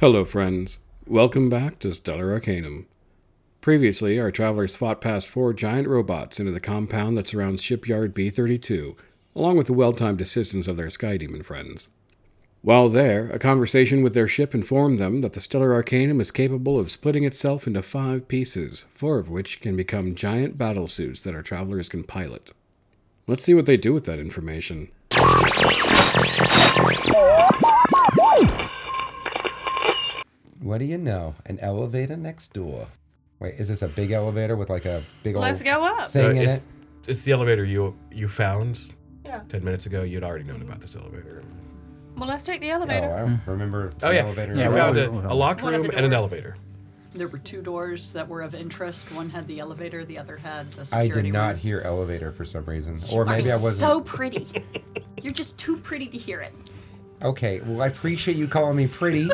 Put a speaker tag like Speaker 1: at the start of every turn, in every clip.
Speaker 1: Hello, friends. Welcome back to Stellar Arcanum. Previously, our travelers fought past four giant robots into the compound that surrounds Shipyard B 32, along with the well timed assistance of their Sky Demon friends. While there, a conversation with their ship informed them that the Stellar Arcanum is capable of splitting itself into five pieces, four of which can become giant battlesuits that our travelers can pilot. Let's see what they do with that information.
Speaker 2: What do you know? An elevator next door. Wait, is this a big elevator with like a big old
Speaker 3: Let's go up.
Speaker 2: thing in
Speaker 4: Uh, it's,
Speaker 2: it?
Speaker 4: it's the elevator you you found
Speaker 3: Yeah.
Speaker 4: ten minutes ago. You'd already known about this elevator.
Speaker 3: Well, let's take the
Speaker 2: Oh, I
Speaker 3: elevator.
Speaker 2: don't remember.
Speaker 4: Oh
Speaker 2: the
Speaker 4: yeah,
Speaker 2: elevator.
Speaker 4: you
Speaker 2: in a
Speaker 4: found
Speaker 2: row.
Speaker 4: a, a locked
Speaker 3: One of
Speaker 4: room
Speaker 3: the
Speaker 4: and an
Speaker 3: doors.
Speaker 4: elevator.
Speaker 5: There were two doors that were of interest. One had the elevator, the other had a
Speaker 2: I
Speaker 5: security
Speaker 2: did not
Speaker 5: room.
Speaker 2: hear elevator for some reason, or
Speaker 5: Are
Speaker 2: maybe I wasn't.
Speaker 5: so pretty. You're just too pretty to hear it.
Speaker 2: Okay, well I appreciate you calling me pretty,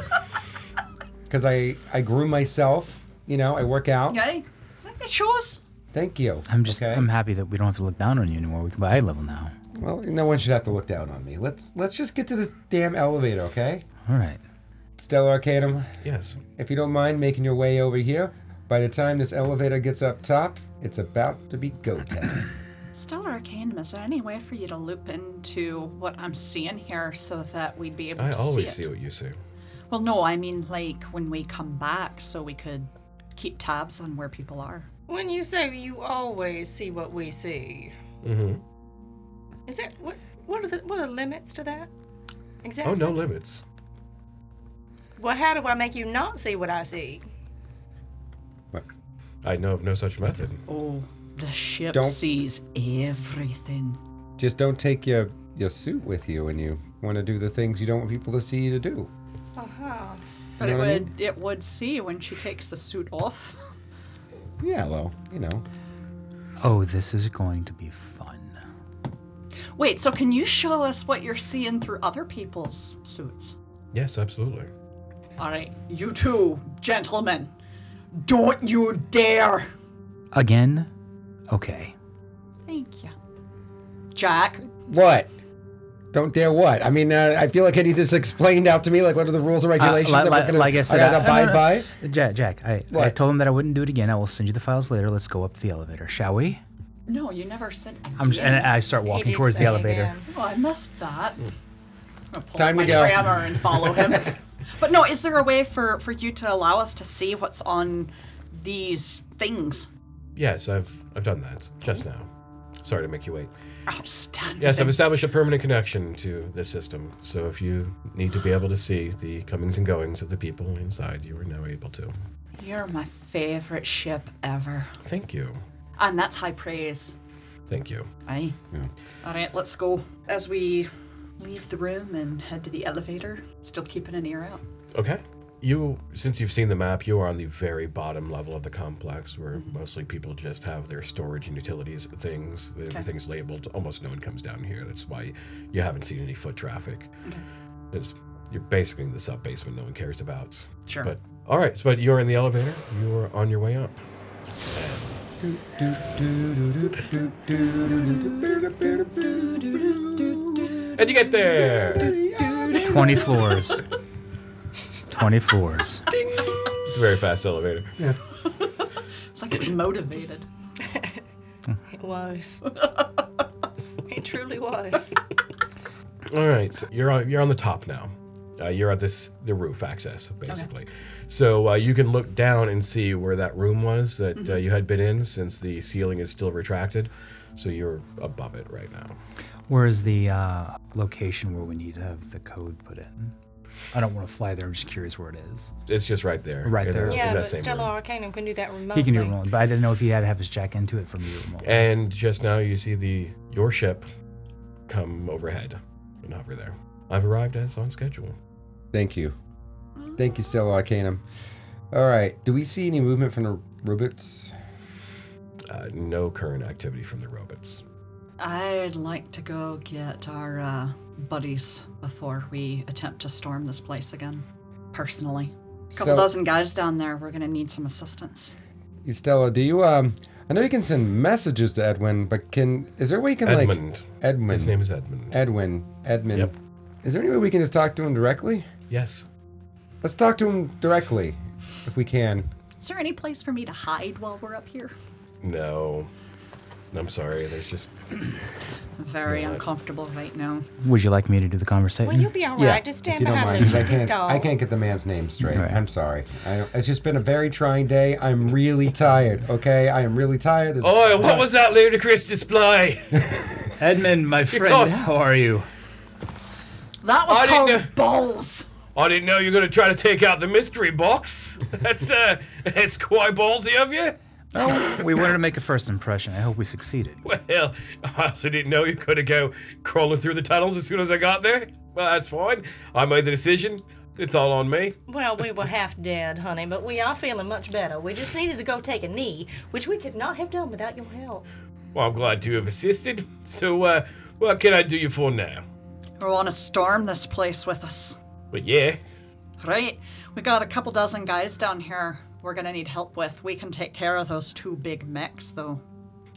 Speaker 2: because I I grew myself. You know, I work out.
Speaker 5: Okay? Look at yours.
Speaker 2: Thank you.
Speaker 6: I'm just
Speaker 2: Okay?
Speaker 6: I'm happy that we don't have to look down on you anymore. We can buy eye level now.
Speaker 2: Well, no one should have to look down on me. Let's let's just get to this damn elevator, okay?
Speaker 6: All right.
Speaker 2: Stellar Arcanum,
Speaker 4: Yes.
Speaker 2: if you don't mind making your way over here, by the time this elevator gets up top, it's about to be go time.
Speaker 5: Stellar Arcanum, is there any way for you to loop into what I'm seeing here so that we'd be able
Speaker 4: I
Speaker 5: to
Speaker 4: always
Speaker 5: see
Speaker 4: see
Speaker 5: it?
Speaker 4: what you see.
Speaker 5: Well, no, I mean like when we come back so we could keep tabs on where people are.
Speaker 3: When you say you always see what we see,
Speaker 4: Mm-hmm.
Speaker 3: is there what what are the what are the limits to that? Exactly.
Speaker 4: Oh no limits.
Speaker 3: Well, how do I make you not see what I see?
Speaker 4: I know of no such method.
Speaker 5: Oh, the ship
Speaker 2: Don't-
Speaker 5: sees everything.
Speaker 2: Just don't take your your suit with you when you want to do the things you don't want people to see you to do.
Speaker 3: Uh huh.
Speaker 5: But
Speaker 2: You
Speaker 5: it
Speaker 2: know
Speaker 5: would
Speaker 2: what I
Speaker 5: it would see when she takes the suit off.
Speaker 2: Yeah, well, you know.
Speaker 6: Oh, this is going to be fun.
Speaker 5: Wait, so can you show us what you're seeing through other people's suits?
Speaker 4: Yes, absolutely.
Speaker 5: All right, you two gentlemen, don't you dare!
Speaker 6: Again? Okay.
Speaker 5: Thank you. Jack,
Speaker 2: What? Don't dare what? I mean, uh, I feel like I need this explained out to me. Like, what are the rules and regulations
Speaker 6: li-
Speaker 2: that we're
Speaker 6: li-
Speaker 2: gonna,
Speaker 6: Uh, like I said, uh,
Speaker 2: gotta
Speaker 6: I- I
Speaker 2: abide
Speaker 6: don't
Speaker 2: by?
Speaker 6: Jack, Jack, I, I
Speaker 2: What?
Speaker 6: told him that I wouldn't do it again. I will send you the files later. Let's go up to the elevator, shall we?
Speaker 5: no, you never said again.
Speaker 6: I'm just, and I start walking
Speaker 3: did
Speaker 6: towards the
Speaker 3: say
Speaker 6: elevator.
Speaker 3: again.
Speaker 5: Oh, I missed that. I'll pull
Speaker 2: Time
Speaker 5: out my
Speaker 2: to go.
Speaker 5: grammar and follow him. but no, is there a way for for you to allow us to see what's on these things?
Speaker 4: Yes, I've I've done that just now. Sorry to make you wait.
Speaker 5: Outstanding.
Speaker 4: Yes, I've established a permanent connection to this system. So if you need to be able to see the comings and goings of the people inside, you are now able to.
Speaker 5: You're my favorite ship ever,
Speaker 4: Thank you.
Speaker 5: and that's high praise.
Speaker 4: Thank you.
Speaker 5: Aye. All right, let's go. As we leave the room and head to the elevator, still keeping an ear out.
Speaker 4: Okay. You, since you've seen the map, you are on the very bottom level of the complex where
Speaker 5: Mm-hmm.
Speaker 4: mostly people just have their storage and utilities things. Everything's labeled. Almost no one comes down here. That's why you haven't seen any foot traffic.
Speaker 5: Okay.
Speaker 4: It's, you're basically in the sub basement no one cares about.
Speaker 5: Sure.
Speaker 4: But, all right, so, but you're in the elevator. You are on your way up.
Speaker 6: uh,
Speaker 4: And you get there!
Speaker 6: 20 floors. 20 floors.
Speaker 4: It's a very fast elevator.
Speaker 5: It's like it's motivated.
Speaker 3: It was. it truly was.
Speaker 4: All right, so you're on you're on the top now. Uh, you're at this the roof access basically, so uh, you can look down and see where that room was that uh,
Speaker 3: Mm-hmm.
Speaker 4: you had been in since the ceiling is still retracted. So you're above it right now.
Speaker 6: Where is the uh, location where we need to have the code put in? I don't want to fly there. I'm just curious where it is.
Speaker 4: It's just right there.
Speaker 6: Right
Speaker 4: in
Speaker 6: there.
Speaker 4: that- in
Speaker 3: Yeah,
Speaker 4: that
Speaker 3: but
Speaker 4: same
Speaker 3: Stellar
Speaker 4: room.
Speaker 3: Arcanum can do that remotely.
Speaker 6: He can do it remotely, but I didn't know if he had to have his jack into it from you remotely.
Speaker 4: And just now you see the your ship come overhead and hover there. I've arrived as on schedule.
Speaker 2: Thank you. Thank you, Stellar Arcanum. All right. Do we see any movement from the robots?
Speaker 4: Uh, no current activity from the robots.
Speaker 5: I'd like to go get our uh, buddies before we attempt to storm this place again. Personally, a couple
Speaker 2: Stella-
Speaker 5: dozen guys down there. We're gonna need some assistance.
Speaker 2: You- Stella, do you um? I know you can send messages to Edwin, but can is there a way you can
Speaker 4: Edmund.
Speaker 2: like Edwin?
Speaker 4: His name is Edmund.
Speaker 2: Edwin. Edmund.
Speaker 4: Yep.
Speaker 2: Is there any way we can just talk to him directly?
Speaker 4: yes.
Speaker 2: Let's talk to him directly, if we can.
Speaker 5: Is there any place for me to hide while we're up here?
Speaker 4: No. I'm sorry. There's just.
Speaker 5: I'm very uncomfortable right now.
Speaker 6: Would you like me to do the
Speaker 3: Well,
Speaker 6: conversation?
Speaker 3: you'll be all right. Just stand
Speaker 2: if you don't
Speaker 3: behind
Speaker 2: mind, 'cause
Speaker 3: Lucas.
Speaker 2: I
Speaker 3: He's
Speaker 2: can't,
Speaker 3: tall.
Speaker 2: I can't get the man's name straight.
Speaker 6: Right.
Speaker 2: I'm sorry. I, it's just been a very trying day. I'm really tired. Okay, I am really tired. There's-
Speaker 4: Oh, what was that ludicrous display?
Speaker 6: Edmund, my
Speaker 4: called-
Speaker 6: friend, how are you?
Speaker 5: That was
Speaker 4: I didn't
Speaker 5: called
Speaker 4: know-
Speaker 5: balls.
Speaker 4: I didn't know you were going to try to take out the mystery box. That's uh, that's quite ballsy of you.
Speaker 6: Oh, we wanted to make a first impression. I hope we succeeded.
Speaker 4: Well, I also didn't know you were going to go crawling through the tunnels as soon as I got there. Well, that's fine. I made the decision. It's all on me.
Speaker 3: Well, we were half dead, honey, but we are feeling much better. We just needed to go take a knee, which we could not have done without your help.
Speaker 4: Well, I'm glad you have assisted. So, uh, what can I do you for now?
Speaker 5: We want to storm this place with us,
Speaker 4: But yeah,
Speaker 5: right? We got a couple dozen guys down here. We're gonna need help with. We can take care of those two big mechs, though.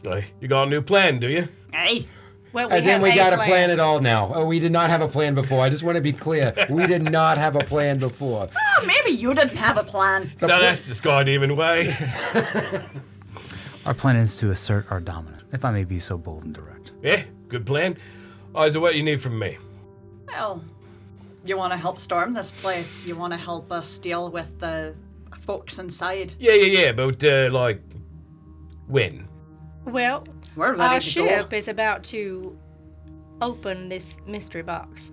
Speaker 4: uh, you got a new plan, do you?
Speaker 5: Hey,
Speaker 3: Well, we
Speaker 2: As in,
Speaker 3: have
Speaker 2: we got a
Speaker 3: plan.
Speaker 2: plan at all now. Oh, we did not have a plan before. I just want to be clear. We did not have a plan before.
Speaker 5: oh, maybe you didn't have a plan.
Speaker 4: no, that's the Sky Demon way.
Speaker 6: Our plan is to assert our dominance, if I may be so bold and direct.
Speaker 4: yeah, good plan. Oh, so what you need from me?
Speaker 5: Well, you want to help storm this place. You want to help us deal with the folks inside.
Speaker 4: Yeah, yeah, yeah, but uh, like, when?
Speaker 3: Well,
Speaker 5: We're ready
Speaker 3: our
Speaker 5: to
Speaker 3: ship
Speaker 5: go.
Speaker 3: is about to open this mystery box.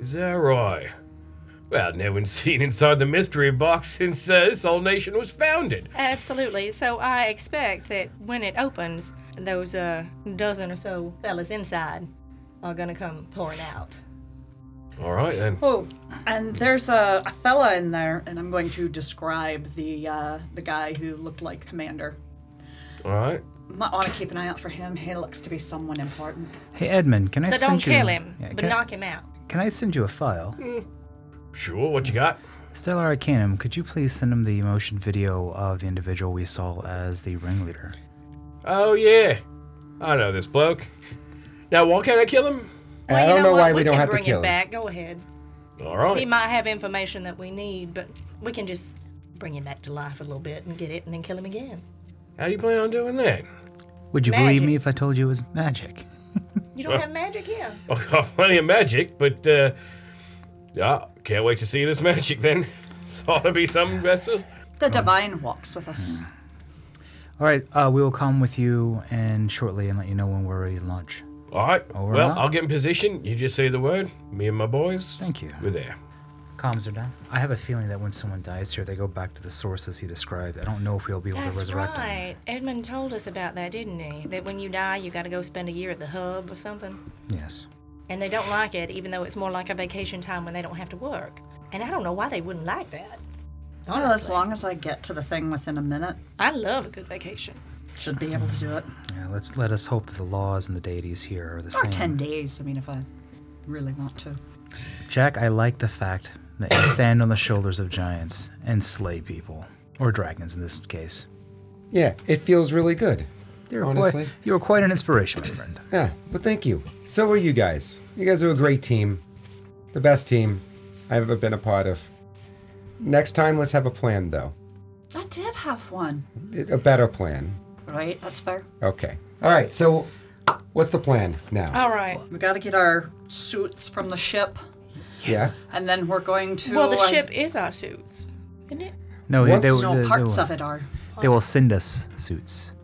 Speaker 4: Is that right? Well, no one's seen inside the mystery box since uh, this whole nation was founded.
Speaker 3: Absolutely. So I expect that when it opens, those uh, dozen or so fellas inside are gonna come pouring out.
Speaker 4: All right, then.
Speaker 5: Oh, and there's a, a fella in there, and I'm going to describe the uh, the guy who looked like Commander.
Speaker 4: All right.
Speaker 5: Might want to keep an eye out for him. He looks to be someone important.
Speaker 6: Hey, Edmund, can I
Speaker 3: So
Speaker 6: send
Speaker 3: don't
Speaker 6: you?
Speaker 3: kill him,
Speaker 6: Yeah,
Speaker 3: but Mm.
Speaker 6: can,
Speaker 3: knock him out.
Speaker 6: can I send you a file?
Speaker 4: Sure, what you got?
Speaker 6: Stellar Arcanum, could you please send him the motion video of the individual we saw as the ringleader?
Speaker 4: Oh, yeah. I know this bloke. Now, why can't I kill him?
Speaker 3: Well,
Speaker 2: I
Speaker 3: you
Speaker 2: don't know,
Speaker 3: what?
Speaker 2: why we, don't
Speaker 3: can
Speaker 2: have to
Speaker 3: bring
Speaker 2: kill
Speaker 3: it
Speaker 2: him.
Speaker 3: back. Go ahead.
Speaker 4: All
Speaker 3: He
Speaker 4: right.
Speaker 3: might have information that we need, but we can just bring him back to life a little bit and get it, and then kill him again.
Speaker 4: How do you plan on doing that?
Speaker 6: Would you believe me
Speaker 3: Magic.
Speaker 6: if I told you it was magic?
Speaker 3: You don't have magic here.
Speaker 4: Oh, got plenty of magic, but uh, yeah, can't wait to see this magic then. It's ought to be some vessel.
Speaker 5: The divine walks with
Speaker 2: Hmm.
Speaker 5: us.
Speaker 6: All right, uh, we will come with you and shortly and let you know when we're ready to launch.
Speaker 4: All right.
Speaker 6: All
Speaker 4: well,
Speaker 6: right.
Speaker 4: I'll get in position. You just say the word. Me and my boys.
Speaker 6: Thank you.
Speaker 4: We're there.
Speaker 6: Comms are down. I have a feeling that when someone dies here, they go back to the sources he described. I don't know if we'll be able to
Speaker 3: That's
Speaker 6: resurrect him.
Speaker 3: right. Edmund told us about that, didn't he? That when you die, you got to go spend a year at the hub or something.
Speaker 6: Yes.
Speaker 3: And they don't like it, even though it's more like a vacation time when they don't have to work. And I don't know why they wouldn't like that.
Speaker 5: Well, as
Speaker 3: Honestly,
Speaker 5: long as I get to the thing within a minute,
Speaker 3: I love a good vacation.
Speaker 5: should be able to do it.
Speaker 6: Yeah, let's let us hope that the laws and the deities here are the
Speaker 5: Or
Speaker 6: same.
Speaker 5: ten days. I mean, if I really want to.
Speaker 6: Jack, I like the fact that you stand on the shoulders of giants and slay people, or dragons in this case.
Speaker 2: Yeah, it feels really good.
Speaker 6: You're
Speaker 2: Honestly.
Speaker 6: quite, you are quite an inspiration, my friend.
Speaker 2: Yeah, but thank you. So are you guys. You guys are a great team. The best team I've ever been a part of. Next time, let's have a plan, though.
Speaker 5: I did have one.
Speaker 2: A better plan.
Speaker 5: Right, that's fair.
Speaker 2: Okay. All right, so what's the plan now?
Speaker 3: All right.
Speaker 5: We gotta get our suits from the ship,
Speaker 2: Yeah?
Speaker 5: and then we're going to.
Speaker 3: Well, the
Speaker 5: I-
Speaker 3: ship is our suits, isn't it?
Speaker 6: No, they,
Speaker 2: Once-
Speaker 6: they, will-
Speaker 5: No,
Speaker 6: they- they
Speaker 5: parts
Speaker 6: will,
Speaker 5: of it are.
Speaker 6: they will send us suits.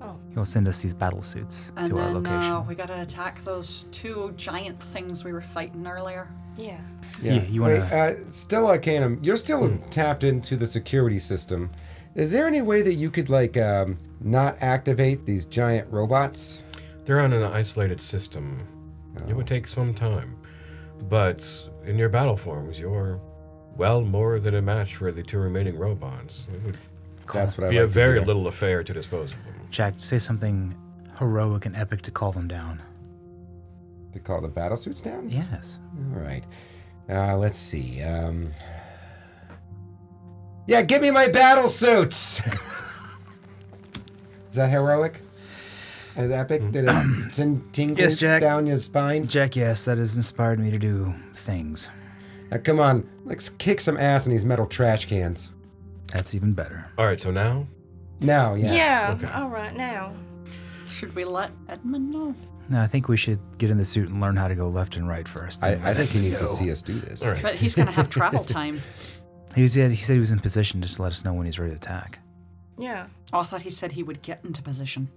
Speaker 3: Oh.
Speaker 6: He will send us these battle suits
Speaker 5: And
Speaker 6: to our
Speaker 5: then
Speaker 6: location.
Speaker 5: uh, we gotta attack those two giant things we were fighting earlier.
Speaker 3: Yeah.
Speaker 2: Yeah.
Speaker 6: Yeah, you wanna-
Speaker 2: Wait, uh, still Arcanum, you're still tapped into the security system. Is there any way that you could like um, not activate these giant robots?
Speaker 4: They're on an isolated system. It
Speaker 2: Oh.
Speaker 4: would take some time. But in your battle forms, you're well more than a match for the two remaining robots. It would
Speaker 2: That's what Hmm. I
Speaker 4: be
Speaker 2: like
Speaker 4: a
Speaker 2: to
Speaker 4: very
Speaker 2: hear.
Speaker 4: little affair to dispose of them.
Speaker 6: Jack, say something heroic and epic to call them down.
Speaker 2: to call the battle suits down.
Speaker 6: Yes.
Speaker 2: All right. Uh, let's see. Um, yeah, give me my battle suits. Is that heroic? And epic? Did it send tingles
Speaker 6: Jack.
Speaker 2: down your spine?
Speaker 6: Jack, yes, that has inspired me to do things.
Speaker 2: Now, come on, let's kick some ass in these metal trash cans.
Speaker 6: That's even better.
Speaker 4: All right, so now
Speaker 2: Now, yes.
Speaker 3: Yeah,
Speaker 4: Okay.
Speaker 3: all right now.
Speaker 5: Should we let Edmund know?
Speaker 6: No, I think we should get in the suit and learn how to go left and right first. then
Speaker 2: I, I
Speaker 6: let
Speaker 2: think he
Speaker 6: him
Speaker 2: needs to
Speaker 6: go.
Speaker 2: see us do this.
Speaker 4: All right.
Speaker 5: But he's gonna have travel time.
Speaker 6: He said he said he was in position. Just to let us know when he's ready to attack.
Speaker 3: Yeah.
Speaker 5: Oh, I thought he said he would get into position.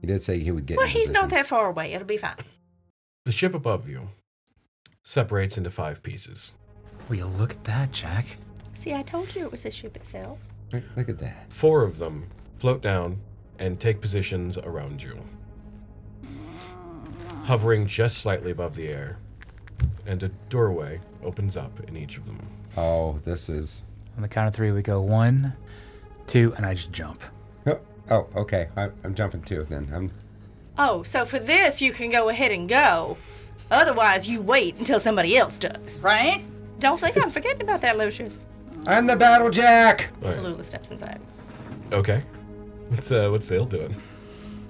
Speaker 2: He did say he would get.
Speaker 3: Well,
Speaker 2: in
Speaker 3: he's not
Speaker 2: position.
Speaker 3: that far away. It'll be fine.
Speaker 4: the ship above you separates into five pieces.
Speaker 6: Will you look at that, Jack?
Speaker 3: See, I told you it was a ship itself.
Speaker 2: Look, look at that.
Speaker 4: Four of them float down and take positions around you, hovering just slightly above the air. And a doorway opens up in each of them.
Speaker 2: Oh, this is.
Speaker 6: On the count of three, we go one, two, and I just jump.
Speaker 2: Oh, okay. I, I'm jumping too. Then I'm.
Speaker 3: Oh, so for this you can go ahead and go. Otherwise, you wait until somebody else does.
Speaker 5: Right?
Speaker 3: Don't think I'm forgetting about that, Lucius.
Speaker 2: I'm the battle jack.
Speaker 4: All right.
Speaker 3: Tallulah steps inside.
Speaker 4: Okay. What's uh, what's Sale doing?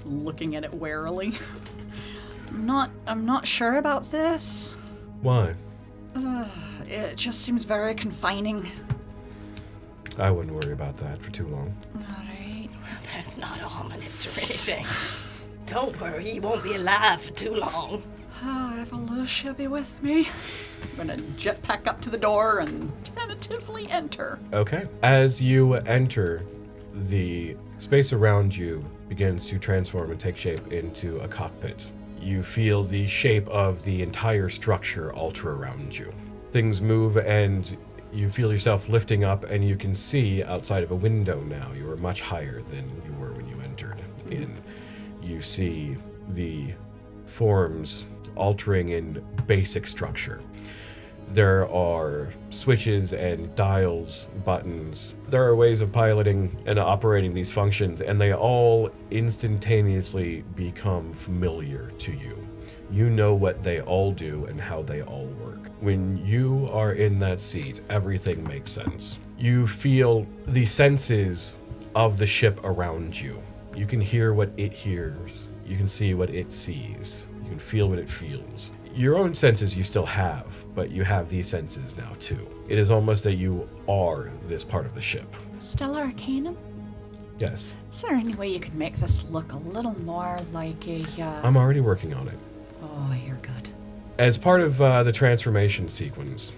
Speaker 5: Looking at it warily. I'm not I'm not sure about this.
Speaker 4: Why?
Speaker 5: It just seems very confining.
Speaker 4: I wouldn't worry about that for too long.
Speaker 5: Alright.
Speaker 3: That's not ominous or anything. Don't worry, you won't be alive for too long.
Speaker 5: Ah, if Alicia be with me. I'm gonna jetpack up to the door and tentatively enter.
Speaker 4: Okay. As you enter, the space around you begins to transform and take shape into a cockpit. You feel the shape of the entire structure alter around you. Things move and you feel yourself lifting up, and you can see outside of a window now. You are much higher than you were when you entered in. You see the forms altering in basic structure. There are switches and dials, buttons. There are ways of piloting and operating these functions, and they all instantaneously become familiar to you. You know what they all do and how they all work. When you are in that seat, everything makes sense. You feel the senses of the ship around you. You can hear what it hears. You can see what it sees. You can feel what it feels. Your own senses you still have, but you have these senses now too. It is almost that you are this part of the ship.
Speaker 5: Stellar Arcanum?
Speaker 4: Yes,
Speaker 5: Is there any way you could make this look a little more like a uh...
Speaker 4: I'm already working on it.
Speaker 5: Oh, you're good.
Speaker 4: As part of uh, the transformation sequence,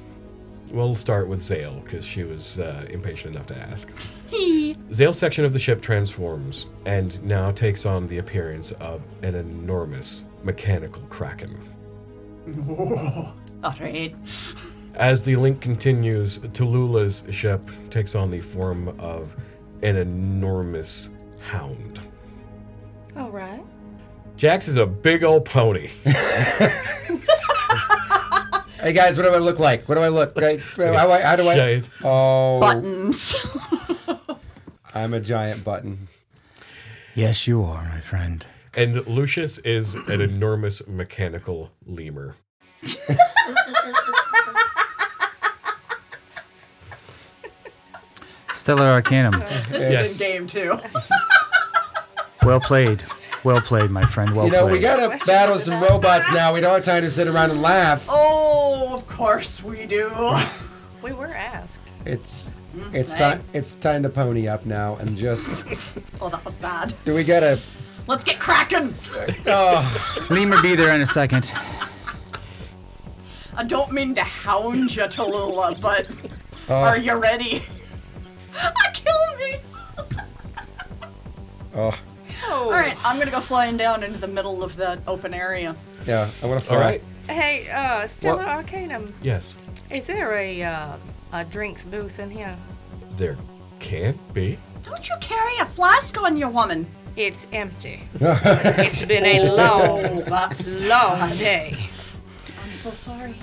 Speaker 4: we'll start with Zale because she was uh, impatient enough to ask. Zale's section of the ship transforms and now takes on the appearance of an enormous mechanical kraken.
Speaker 5: Alright.
Speaker 4: As the link continues, Tallulah's ship takes on the form of an enormous hound.
Speaker 3: All right.
Speaker 4: Jax is a big old pony.
Speaker 2: Hey guys, what do I look like? What do I look? like? how, do I- how do I?
Speaker 4: Shade.
Speaker 2: Oh,
Speaker 5: Buttons.
Speaker 2: I'm a giant button.
Speaker 6: Yes, you are, my friend.
Speaker 4: And Lucius is an enormous mechanical lemur.
Speaker 6: Stellar Arcanum.
Speaker 5: this
Speaker 4: Yes.
Speaker 5: is in game too.
Speaker 6: Well played. Well played, my friend. Well
Speaker 2: You know,
Speaker 6: played.
Speaker 2: we gotta battle some robots now. We don't have time to sit around and laugh.
Speaker 5: Oh, of course we do. Oh,
Speaker 3: We were asked.
Speaker 2: It's it's
Speaker 5: hey.
Speaker 2: time it's time to pony up now and just
Speaker 5: Oh, that was bad.
Speaker 2: do we gotta
Speaker 5: Let's get cracking.
Speaker 2: oh
Speaker 6: Lemur be there in a second.
Speaker 5: I don't mean to hound you, Tallulah, but
Speaker 6: Oh.
Speaker 5: are you ready? I kill me.
Speaker 2: oh
Speaker 3: Oh.
Speaker 5: All right, I'm gonna go flying down into the middle of that open area.
Speaker 2: yeah I want to fly.
Speaker 4: All right.
Speaker 3: Hey, uh, Stella
Speaker 4: What?
Speaker 3: Arcanum,
Speaker 4: Yes.
Speaker 3: is there a uh, a drinks booth in here?
Speaker 4: There can be.
Speaker 5: Don't you carry a flask on you, woman?
Speaker 3: It's empty. it's been a
Speaker 5: Oh,
Speaker 3: long,
Speaker 5: that's
Speaker 3: long day.
Speaker 5: I'm so sorry.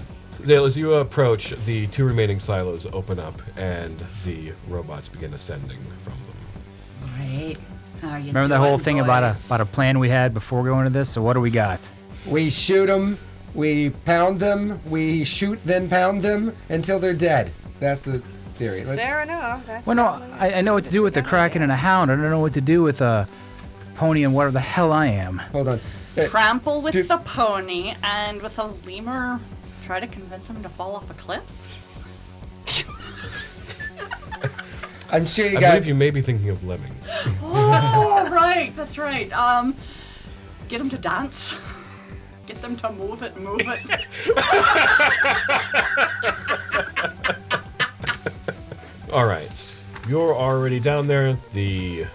Speaker 4: Zale, as you approach, the two remaining silos open up and the robots begin ascending from them.
Speaker 5: Great. How are you
Speaker 6: Remember that
Speaker 5: doing,
Speaker 6: whole thing about a
Speaker 5: boys?
Speaker 6: about a plan we had before going to this. So what do we got?
Speaker 2: We shoot them, we pound them, we shoot then pound them until they're dead. That's the theory. Let's
Speaker 3: Fair enough. That's
Speaker 6: Well, no,
Speaker 3: probably-
Speaker 6: I, I know what to do with a kraken and a hound. I don't know what to do with a pony and whatever the hell I am.
Speaker 2: hold on. Uh,
Speaker 5: Trample with
Speaker 2: Do-
Speaker 5: the pony and with a lemur. Try to convince him to fall off a cliff?
Speaker 2: I'm sure you
Speaker 4: I
Speaker 2: got.
Speaker 4: believe you may be thinking of Lemming.
Speaker 5: Oh, right, that's right. Um, get them to dance. Get them to move it, move it.
Speaker 4: All right, you're already down there. The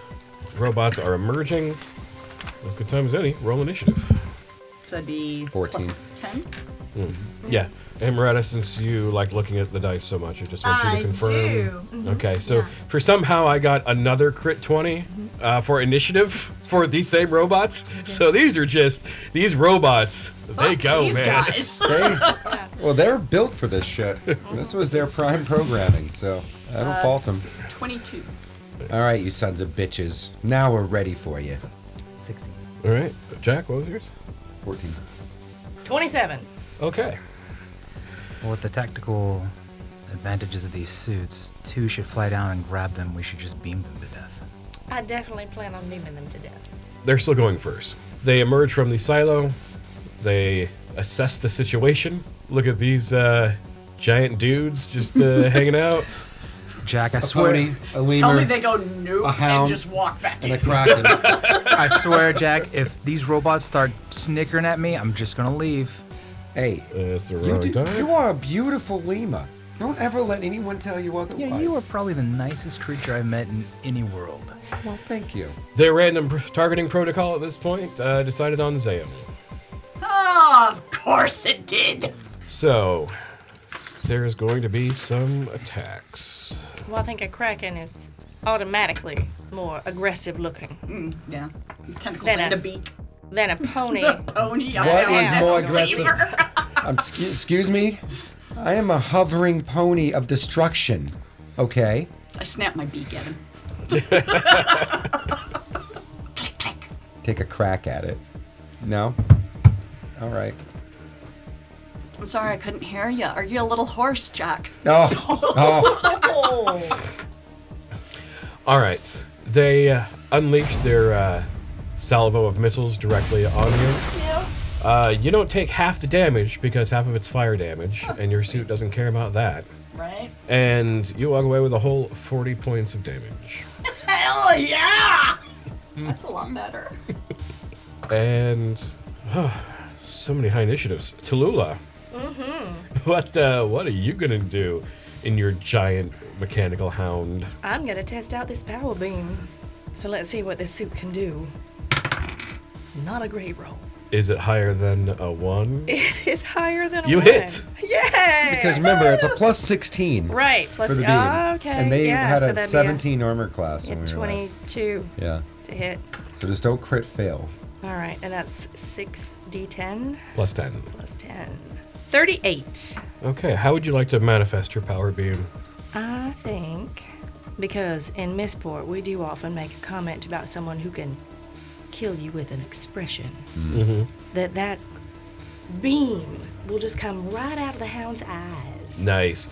Speaker 4: robots are emerging. That's good time as any. Roll initiative.
Speaker 5: So it'd be
Speaker 2: 14.
Speaker 5: plus 10.
Speaker 4: Yeah. And Moretta, since you like looking at the dice so much, I just want you
Speaker 7: I
Speaker 4: to confirm.
Speaker 7: do.
Speaker 4: Okay, so for somehow I got another crit 20 uh, for initiative for these same robots. So these are just, these robots, they
Speaker 5: Fuck
Speaker 4: go,
Speaker 5: these
Speaker 4: man.
Speaker 5: guys.
Speaker 2: They, well, they're built for this shit. This was their prime programming, so I don't fault them.
Speaker 5: 22.
Speaker 2: All right, you sons of bitches. Now we're ready for you.
Speaker 8: 16.
Speaker 4: All right, Jack, what was yours?
Speaker 2: 14.
Speaker 3: 27.
Speaker 4: Okay.
Speaker 6: Well, with the tactical advantages of these suits, two should fly down and grab them. We should just beam them to death.
Speaker 3: I definitely plan on beaming them to death.
Speaker 4: They're still going first. They emerge from the silo. They assess the situation. Look at these uh, giant dudes just uh, hanging out.
Speaker 6: Jack, I
Speaker 2: A
Speaker 6: swear,
Speaker 2: pony, a lemur,
Speaker 5: Tell me they go nope and
Speaker 2: hound,
Speaker 5: just walk back
Speaker 2: and a
Speaker 5: in.
Speaker 2: kraken.
Speaker 6: I swear, Jack, if these robots start snickering at me, I'm just gonna leave.
Speaker 2: hey,
Speaker 4: That's Uh, the
Speaker 2: you,
Speaker 4: wrong
Speaker 2: do,
Speaker 4: time.
Speaker 2: you are a beautiful lemur. Don't ever let anyone tell you otherwise.
Speaker 6: Yeah, you are probably the nicest creature I've met in any world.
Speaker 2: Well, thank you.
Speaker 4: Their random pr- targeting protocol at this point uh, decided on Zayo.
Speaker 5: Ah, of course it did.
Speaker 4: So, there's going to be some attacks.
Speaker 3: Well, I think a Kraken is automatically more aggressive looking
Speaker 5: Yeah. Tentacles
Speaker 3: Then
Speaker 5: and
Speaker 3: I-
Speaker 5: a beak.
Speaker 3: than a pony.
Speaker 5: Pony. I
Speaker 2: What
Speaker 5: know
Speaker 2: is
Speaker 5: that
Speaker 2: more
Speaker 5: flavor.
Speaker 2: aggressive? Um, excuse, excuse me? I am a hovering pony of destruction. Okay.
Speaker 5: I snapped my beak at him. click, click.
Speaker 2: Take a crack at it. No? All right.
Speaker 5: I'm sorry I couldn't hear you. Are you a little hoarse, Jack?
Speaker 2: Oh, oh.
Speaker 4: All right, they uh, unleash their uh, salvo of missiles directly on you. Uh, you don't take half the damage because half of it's fire damage, and your suit doesn't care about that.
Speaker 5: Right?
Speaker 4: And you walk away with a whole 40 points of damage.
Speaker 5: Hell yeah! That's a lot better.
Speaker 4: And so many high initiatives. Tallulah, what uh, what are you gonna do in your giant mechanical hound?
Speaker 3: I'm gonna test out this power beam. So let's see what this suit can do. Not a great roll.
Speaker 4: Is it higher than a one?
Speaker 3: It is higher than a
Speaker 4: You
Speaker 3: one.
Speaker 4: hit.
Speaker 3: Yay!
Speaker 2: Because remember, it's a plus 16
Speaker 3: right. Plus,
Speaker 2: for the beam.
Speaker 3: oh, okay.
Speaker 2: And they
Speaker 3: yeah,
Speaker 2: had
Speaker 3: so
Speaker 2: a
Speaker 3: that'd be
Speaker 2: 17 armor class.
Speaker 3: yeah,
Speaker 2: when we were last-
Speaker 3: 22
Speaker 2: Yeah.
Speaker 3: to hit.
Speaker 2: So just don't crit fail.
Speaker 3: All right, and that's 6d10
Speaker 4: Plus ten.
Speaker 3: plus 10. 38.
Speaker 4: Okay, how would you like to manifest your power beam?
Speaker 3: I think because in Missport we do often make a comment about someone who can kill you with an expression. That that beam will just come right out of the hound's eyes.
Speaker 4: Nice.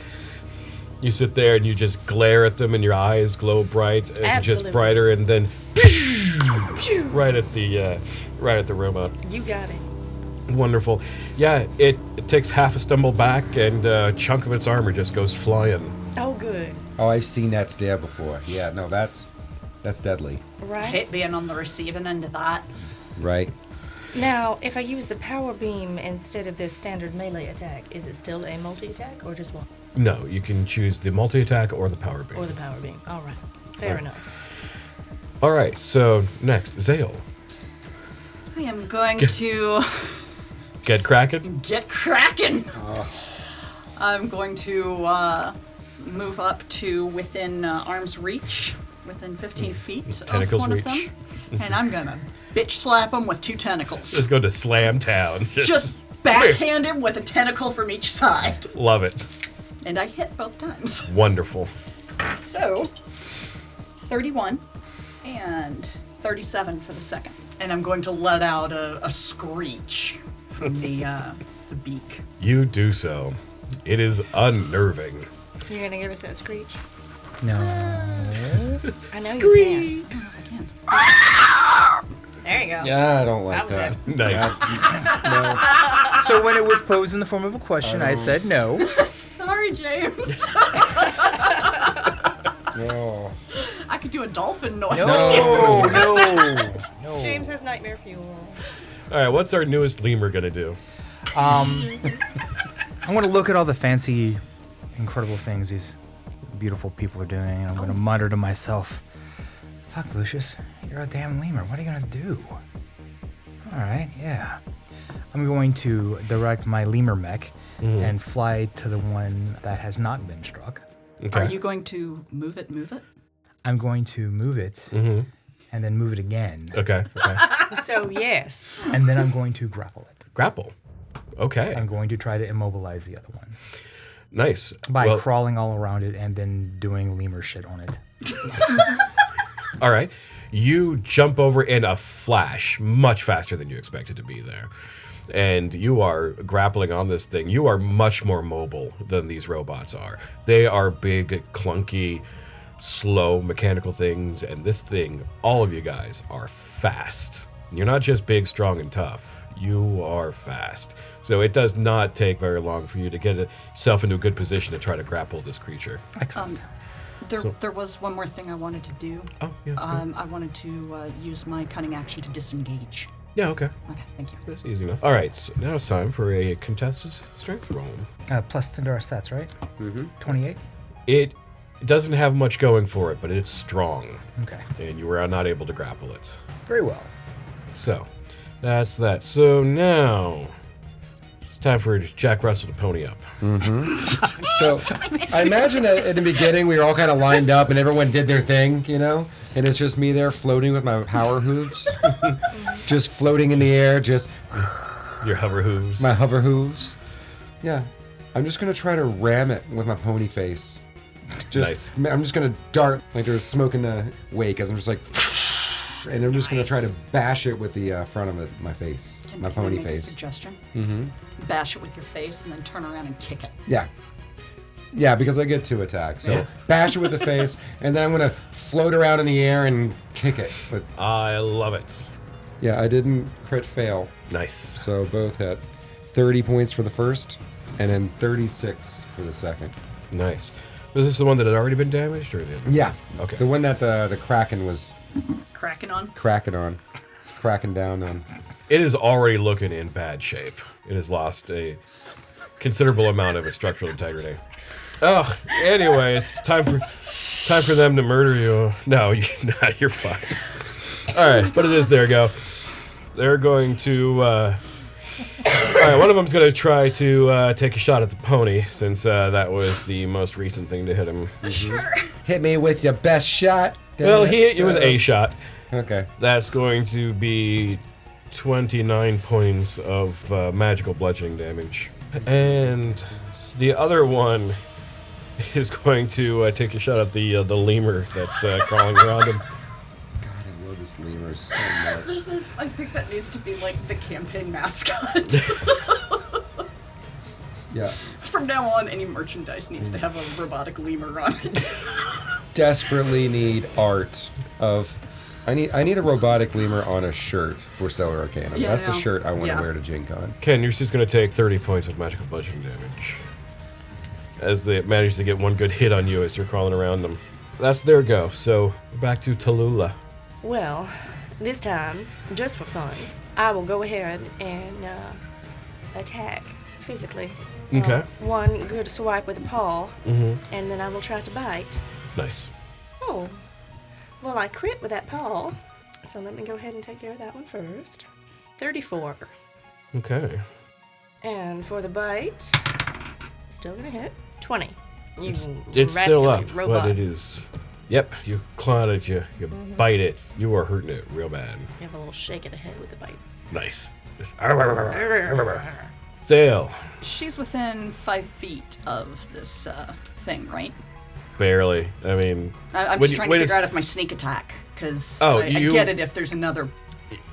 Speaker 4: You sit there and you just glare at them, and your eyes glow bright and
Speaker 3: Absolutely.
Speaker 4: just brighter, and then right at the uh, right at the robot.
Speaker 3: You got it.
Speaker 4: Wonderful. Yeah, it, it takes half a stumble back, and a chunk of its armor just goes flying.
Speaker 3: Oh, good.
Speaker 2: Oh, I've seen that stare before. Yeah, no, that's that's deadly.
Speaker 3: Right?
Speaker 5: Hate being on the receiving end of that.
Speaker 2: Right.
Speaker 3: Now, if I use the power beam instead of this standard melee attack, is it still a multi attack or just one?
Speaker 4: No, you can choose the multi attack or the power beam.
Speaker 3: Or the power beam? All right. Fair
Speaker 4: Right.
Speaker 3: enough.
Speaker 4: All right, so next, Zale.
Speaker 5: I am going to
Speaker 4: Get Kraken.
Speaker 5: get cracking.
Speaker 4: Ah.
Speaker 5: I'm going to uh, move up to within uh, arm's reach, within 15 feet of
Speaker 4: Tentacles
Speaker 5: one of
Speaker 4: reach.
Speaker 5: them, and I'm gonna bitch slap him with two tentacles.
Speaker 4: Let's go to Slam Town.
Speaker 5: Just backhand him with a tentacle from each side,
Speaker 4: love it.
Speaker 5: and I hit both times.
Speaker 4: Wonderful.
Speaker 5: So, 31 and 37 for the second. And I'm going to let out a, a screech from the, uh, the beak.
Speaker 4: You do so. It is unnerving.
Speaker 3: You're going to give us that screech?
Speaker 6: No.
Speaker 3: I know you
Speaker 5: I don't know if I can.
Speaker 3: can. There you go.
Speaker 5: Yeah.
Speaker 2: Yeah, I don't
Speaker 7: That
Speaker 2: like
Speaker 7: was
Speaker 2: that.
Speaker 7: it.
Speaker 4: Nice.
Speaker 6: So when it was posed in the form of a question, I said no.
Speaker 5: Sorry, James.
Speaker 2: No.
Speaker 5: I could do a dolphin noise.
Speaker 6: No, no.
Speaker 3: James has nightmare fuel.
Speaker 4: All right, what's our newest lemur gonna do?
Speaker 6: Um, I want to look at all the fancy, incredible things these beautiful people are doing, and I'm going to mutter to myself, "Fuck, Lucius, you're a damn lemur. What are you gonna do?" All right, yeah. I'm going to direct my lemur mech and fly to the one that has not been struck.
Speaker 4: Okay.
Speaker 5: Are you going to move it, move it?
Speaker 6: I'm going to move it and then move it again,
Speaker 4: okay. Okay.
Speaker 3: So yes,
Speaker 6: and then I'm going to grapple it.
Speaker 4: Grapple. Okay.
Speaker 6: I'm going to try to immobilize the other one.
Speaker 4: nice.
Speaker 6: by
Speaker 4: Well,
Speaker 6: crawling all around it and then doing lemur shit on it.
Speaker 4: All right. You jump over in a flash, much faster than you expected to be there. And you are grappling on this thing. You are much more mobile than these robots are. They are big, clunky, slow mechanical things. And this thing, all of you guys, are fast. You're not just big, strong, and tough. You are fast. So it does not take very long for you to get yourself into a good position to try to grapple this creature.
Speaker 6: Excellent.
Speaker 5: There, there was one more thing I wanted to do.
Speaker 4: Oh, yeah. sure.
Speaker 5: Um, I wanted to uh, use my cunning action to disengage.
Speaker 4: yeah, okay.
Speaker 5: Okay, thank you.
Speaker 4: That's easy enough. All right, so now it's time for a contested strength roll.
Speaker 6: uh, plus 10 to our stats, right? Mm-hmm. 28?
Speaker 4: It doesn't have much going for it, but it's strong,
Speaker 6: Okay.
Speaker 4: and you were not able to grapple it.
Speaker 6: Very well.
Speaker 4: So, that's that. So now it's time for Jack Russell to pony up.
Speaker 2: So I imagine that at the beginning we were all kind of lined up and everyone did their thing, you know, and it's just me there floating with my power hooves, just floating in the air, just
Speaker 4: Your hover hooves.
Speaker 2: my hover hooves. Yeah, I'm just gonna try to ram it with my pony face. Just, I'm just gonna dart like there's smoke in the wake as I'm just like, and I'm just gonna try to bash it with the uh, front of it, my face,
Speaker 5: Can,
Speaker 2: my
Speaker 5: can I
Speaker 2: pony
Speaker 5: make A
Speaker 2: face.
Speaker 5: suggestion. Mm-hmm. Bash it with your face and then turn around and kick it.
Speaker 2: Yeah. Yeah, because I get two attacks. So
Speaker 4: Yeah.
Speaker 2: bash it with the face, and then I'm gonna float around in the air and kick it. But
Speaker 4: I love it.
Speaker 2: yeah, I didn't crit fail,
Speaker 4: Nice.
Speaker 2: so both hit. 30 points for the first, and then 36 for the second.
Speaker 4: nice. Is this the one that had already been damaged, or the other?
Speaker 2: Yeah.
Speaker 4: Okay.
Speaker 2: The one that the the kraken was
Speaker 5: Cracking on.
Speaker 2: cracking on, it's cracking down on.
Speaker 4: It is already looking in bad shape. It has lost a considerable amount of its structural integrity. Oh, anyway, it's time for time for them to murder you. No, you, nah, you're fine. All right, but it is there. Go. They're going to. Uh, all right, one of them's going to try to uh, take a shot at the pony since uh, that was the most recent thing to hit him.
Speaker 2: Hit me with your best shot.
Speaker 4: Well, he hit you with a shot.
Speaker 2: Okay.
Speaker 4: That's going to be 29 points of uh, magical bludgeoning damage. And the other one is going to uh, take a shot at the uh, the lemur that's uh, crawling around him.
Speaker 2: God, I love this lemur so much.
Speaker 5: This is. I think that needs to be like the campaign mascot.
Speaker 2: Yeah.
Speaker 5: From now on, any merchandise needs to have a robotic lemur on it.
Speaker 2: desperately need art of I need I need a robotic lemur on a shirt for Stellar Arcanum.
Speaker 5: Yeah,
Speaker 2: That's
Speaker 5: I
Speaker 2: the
Speaker 5: know.
Speaker 2: shirt I want
Speaker 5: Yeah.
Speaker 2: to wear to Gen Con.
Speaker 4: Ken, you're just going to take 30 points of magical bludgeoning damage as they manage to get one good hit on you as you're crawling around them. That's their go. So back to Tallulah.
Speaker 3: Well, this time, just for fun, I will go ahead and uh, attack physically.
Speaker 4: Okay. Mm-hmm.
Speaker 3: Uh, one good swipe with a paw, and then I will try to bite.
Speaker 4: Nice.
Speaker 3: Oh, well, I crit with that paw, so let me go ahead and take care of that one first. 34.
Speaker 4: Okay.
Speaker 3: And for the bite, still gonna hit 20. You
Speaker 4: It's
Speaker 3: rascally
Speaker 4: still up,
Speaker 3: robot.
Speaker 4: but it is. Yep, you clawed it, you, you
Speaker 5: Mm-hmm.
Speaker 4: bite it. You are hurting it real bad.
Speaker 3: You have a little shake of the head with the bite.
Speaker 4: Nice. Dale,
Speaker 5: She's within five feet of this uh, thing, right?
Speaker 4: barely. I mean,
Speaker 5: I, I'm
Speaker 4: when
Speaker 5: just
Speaker 4: you-
Speaker 5: trying
Speaker 4: when
Speaker 5: to figure
Speaker 4: it's-
Speaker 5: out if my sneak attack, because
Speaker 4: Oh,
Speaker 5: I,
Speaker 4: you-
Speaker 5: I get it if there's another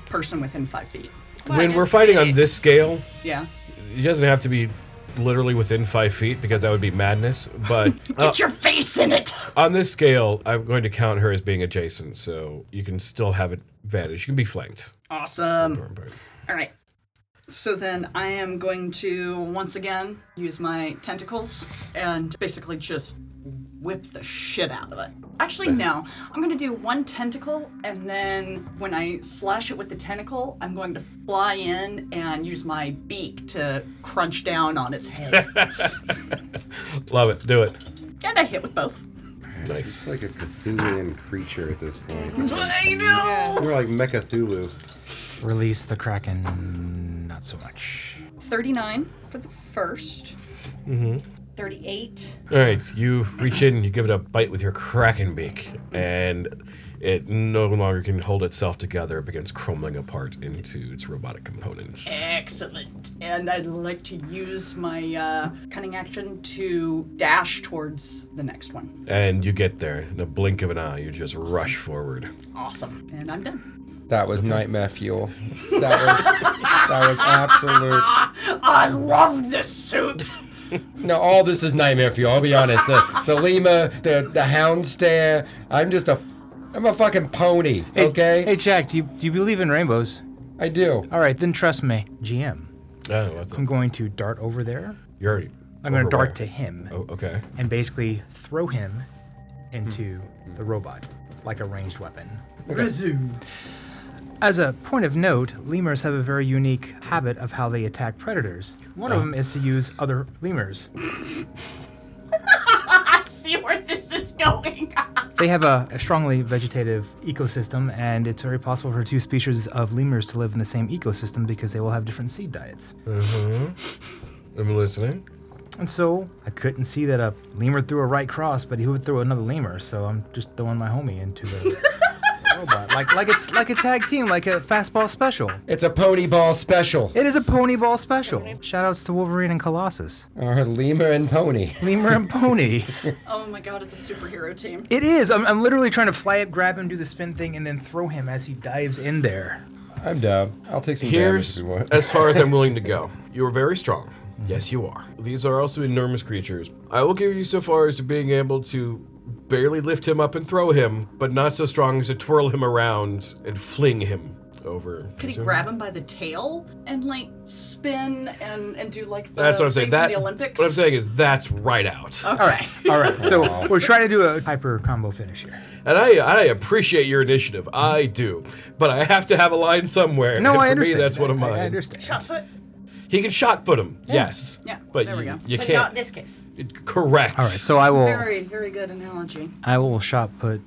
Speaker 5: person within five feet.
Speaker 3: Why,
Speaker 4: when
Speaker 3: just
Speaker 4: we're fighting on
Speaker 3: big.
Speaker 4: this scale,
Speaker 5: Yeah.
Speaker 4: it doesn't have to be literally within five feet because that would be madness. But uh,
Speaker 5: Get your face in it.
Speaker 4: on this scale, I'm going to count her as being adjacent, so you can still have advantage. You can be flanked.
Speaker 5: Awesome. All right. So then I am going to once again use my tentacles and basically just whip the shit out of it. Actually, no. I'm going to do one tentacle, and then when I slash it with the tentacle, I'm going to fly in and use my beak to crunch down on its head.
Speaker 4: Love it. Do it.
Speaker 5: and I hit with both.
Speaker 4: Nice.
Speaker 2: It's like a Cthulian creature at this point.
Speaker 5: I know.
Speaker 2: We're like Mecha Thulu.
Speaker 6: Release the kraken. Not so much.
Speaker 5: 39 for the 1st Mm-hmm. 38.
Speaker 4: All right, so you reach in, you give it a bite with your kraken beak, and it no longer can hold itself together. It begins crumbling apart into its robotic components.
Speaker 5: Excellent. And I'd like to use my uh, cunning action to dash towards the next one.
Speaker 4: And you get there in a blink of an eye. You just rush forward.
Speaker 5: Awesome. And I'm done.
Speaker 2: That was nightmare fuel. That was that was absolute.
Speaker 5: I love this suit.
Speaker 2: No, all this is nightmare fuel. I'll be honest. The the Lima, the the Hound Stare. I'm just a, I'm a fucking pony. Okay,
Speaker 6: Hey, Jack, do you, do you believe in rainbows?
Speaker 2: I do.
Speaker 6: All right, then trust me. GM,
Speaker 4: Oh, what's up?
Speaker 6: I'm going to dart over there.
Speaker 4: You're already.
Speaker 6: I'm going to
Speaker 4: over
Speaker 6: dart
Speaker 4: where?
Speaker 6: to him
Speaker 4: Oh, okay.
Speaker 6: and basically throw him into the robot like a ranged weapon.
Speaker 5: Resume.
Speaker 6: As a point of note, lemurs have a very unique habit of how they attack predators. One of them is to use other lemurs.
Speaker 5: I see where this is going.
Speaker 6: They have a, a strongly vegetative ecosystem, and it's very possible for two species of lemurs to live in the same ecosystem because they will have different seed diets.
Speaker 4: I'm listening.
Speaker 6: And so I couldn't see that a lemur threw a right cross, but he would throw another lemur. So I'm just throwing my homie into the robot, like like it's like a tag team, like a fastball special.
Speaker 2: It's a pony ball special.
Speaker 6: It is a ponyball special. Shoutouts to Wolverine and Colossus,
Speaker 2: Our Lima and pony.
Speaker 6: lemur and pony.
Speaker 5: Oh my god, it's a superhero team.
Speaker 6: It is. I'm, I'm literally trying to fly up, grab him, do the spin thing, and then throw him as he dives in there.
Speaker 2: I'm down. I'll take some
Speaker 4: Here's
Speaker 2: damage if you want.
Speaker 4: as far as I'm willing to go. You are very strong.
Speaker 6: Mhm.
Speaker 4: Yes, you are. These are also enormous creatures. I will give you so far as to being able to barely lift him up and throw him, but not so strong as to twirl him around and fling him over.
Speaker 5: Could he
Speaker 4: So-
Speaker 5: grab him by the tail and like spin and and do like the
Speaker 4: That's what I'm saying.
Speaker 5: thing
Speaker 4: That
Speaker 5: from the Olympics? Oh.
Speaker 4: What I'm saying is that's right out.
Speaker 5: Okay.
Speaker 6: All right, all right. So we're trying to do a hyper combo finish here.
Speaker 4: And I I appreciate your initiative. I do. But I have to have a line somewhere.
Speaker 6: No,
Speaker 4: and
Speaker 6: I
Speaker 4: for
Speaker 6: understand.
Speaker 4: me that's one of
Speaker 6: I-
Speaker 4: mine.
Speaker 6: I understand.
Speaker 5: Shot put.
Speaker 4: He can shot put him. Yes.
Speaker 5: Yeah,
Speaker 4: But
Speaker 5: there we
Speaker 4: you,
Speaker 5: go.
Speaker 4: you
Speaker 3: But
Speaker 4: can't.
Speaker 3: not discus.
Speaker 4: correct.
Speaker 6: All right, so I will
Speaker 5: Very very good analogy.
Speaker 6: I will shot put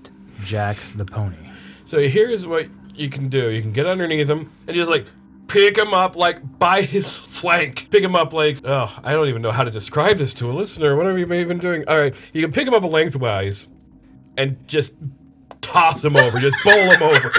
Speaker 6: Jack the pony.
Speaker 4: So here's what you can do. You can get underneath him and just like pick him up like by his flank. Pick him up like oh, I don't even know how to describe this to a listener, whatever you may have been doing. Alright, you can pick him up lengthwise and just toss him over, just bowl him over.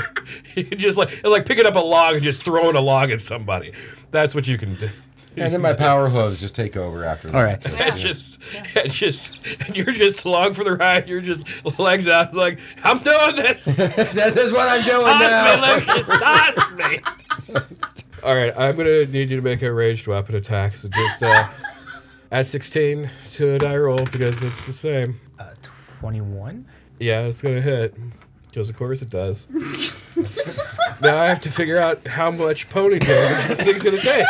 Speaker 4: You just like it's like picking up a log and just throwing a log at somebody. That's what you can do.
Speaker 2: And then my power hooves just take over after that.
Speaker 6: All right.
Speaker 4: It's just, it's just, and you're just along for the ride. You're just legs out, like I'm doing this.
Speaker 2: this is what I'm doing now.
Speaker 4: Toss me, Lucius. Toss me. All right, I'm gonna need you to make a ranged weapon attack. So just uh, add 16 to a die roll because it's the same.
Speaker 6: Uh, 21.
Speaker 4: Yeah, it's gonna hit. Because of course it does. now I have to figure out how much pony damage this thing's gonna take.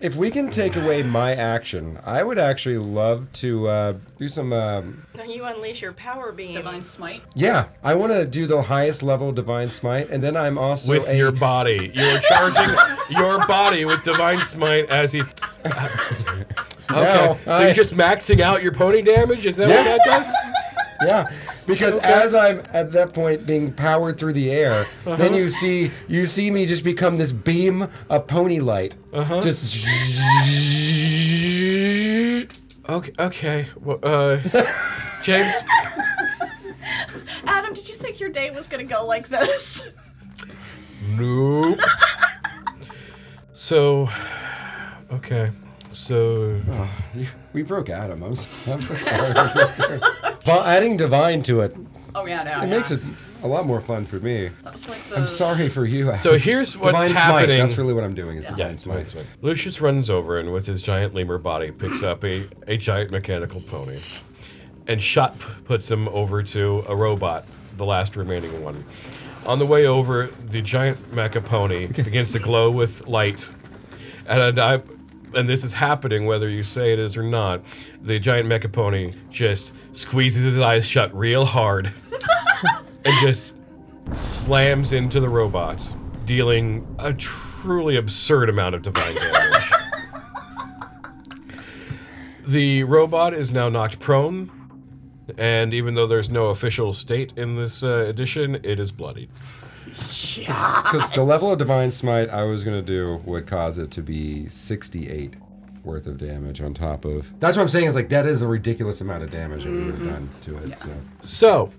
Speaker 2: If we can take away my action, I would actually love to uh, do some. Um,
Speaker 3: Now you unleash your power beam.
Speaker 5: Divine smite.
Speaker 2: yeah, I want to do the highest level divine smite, and then I'm also
Speaker 4: With
Speaker 2: a,
Speaker 4: your body, you're charging your body with divine smite as he. so
Speaker 2: Now, I-
Speaker 4: you're just maxing out your pony damage. Is that what
Speaker 2: Yeah.
Speaker 4: that does?
Speaker 2: Yeah, because as I'm at that point being powered through the air,
Speaker 4: Uh-huh.
Speaker 2: then you see you see me just become this beam of pony light. Uh-huh. Just
Speaker 4: Okay. Okay. Well, uh, James,
Speaker 5: Adam, did you think your day was gonna go like this?
Speaker 4: Nope. so, okay. So,
Speaker 2: we broke Adam. I'm, s- I'm so sorry. Well, adding divine to it, it
Speaker 5: Oh yeah, no.
Speaker 2: makes it a lot more fun for me.
Speaker 5: That was like the.
Speaker 2: I'm sorry for you.
Speaker 4: So here's what's
Speaker 2: divine
Speaker 4: happening.
Speaker 2: Smite. That's really what I'm doing. Is
Speaker 4: Yeah,
Speaker 2: divine
Speaker 4: it's
Speaker 2: smite.
Speaker 4: fine. Lucius runs over and with his giant lemur body picks up a, a giant mechanical pony and shot p- puts him over to a robot, the last remaining one. On the way over, the giant mecha pony begins to glow with light. And I, and this is happening whether you say it is or not. The giant mecha pony just squeezes his eyes shut real hard and just slams into the robots, dealing a truly absurd amount of divine damage. the robot is now knocked prone, and even though there's no official state in this uh, edition, it is bloodied.
Speaker 2: Because the level of divine smite I was gonna do would cause it to be 68 worth of damage on top of. That's what I'm saying. Is like that is a ridiculous amount of damage that we would have done to it. So
Speaker 4: So,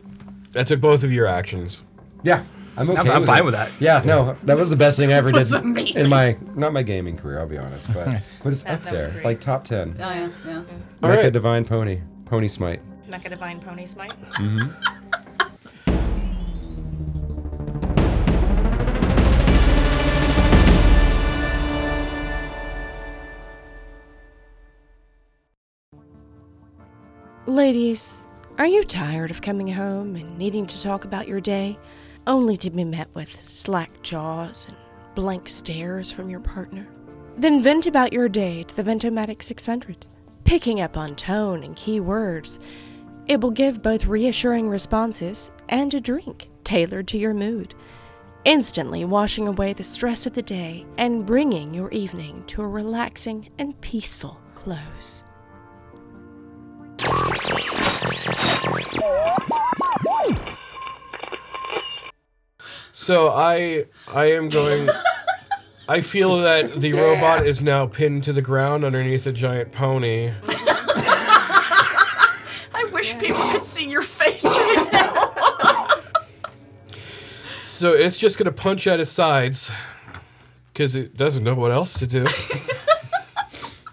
Speaker 4: that took both of your actions.
Speaker 2: yeah, I'm okay.
Speaker 6: I'm, I'm
Speaker 2: with
Speaker 6: fine
Speaker 2: it.
Speaker 6: with that.
Speaker 2: Yeah, no, that was the best thing I ever did
Speaker 5: was amazing.
Speaker 2: in my not my gaming career. I'll be honest, but but it's up
Speaker 3: that was
Speaker 2: there,
Speaker 3: great.
Speaker 2: like top ten.
Speaker 5: Oh, yeah, yeah.
Speaker 4: All
Speaker 2: Mecha
Speaker 4: right.
Speaker 2: divine pony, pony smite.
Speaker 3: Mecha Divine Pony Smite. Ladies, are you tired of coming home and needing to talk about your day, only to be met with slack jaws and blank stares from your partner? Then vent about your day to the Ventomatic 600. Picking up on tone and key words, it will give both reassuring responses and a drink tailored to your mood, instantly washing away the stress of the day and bringing your evening to a relaxing and peaceful close.
Speaker 4: So I I am going. I feel that the robot is now pinned to the ground underneath a giant pony.
Speaker 5: I wish people could see your face right now.
Speaker 4: So it's just gonna punch at his sides because it doesn't know what else to do.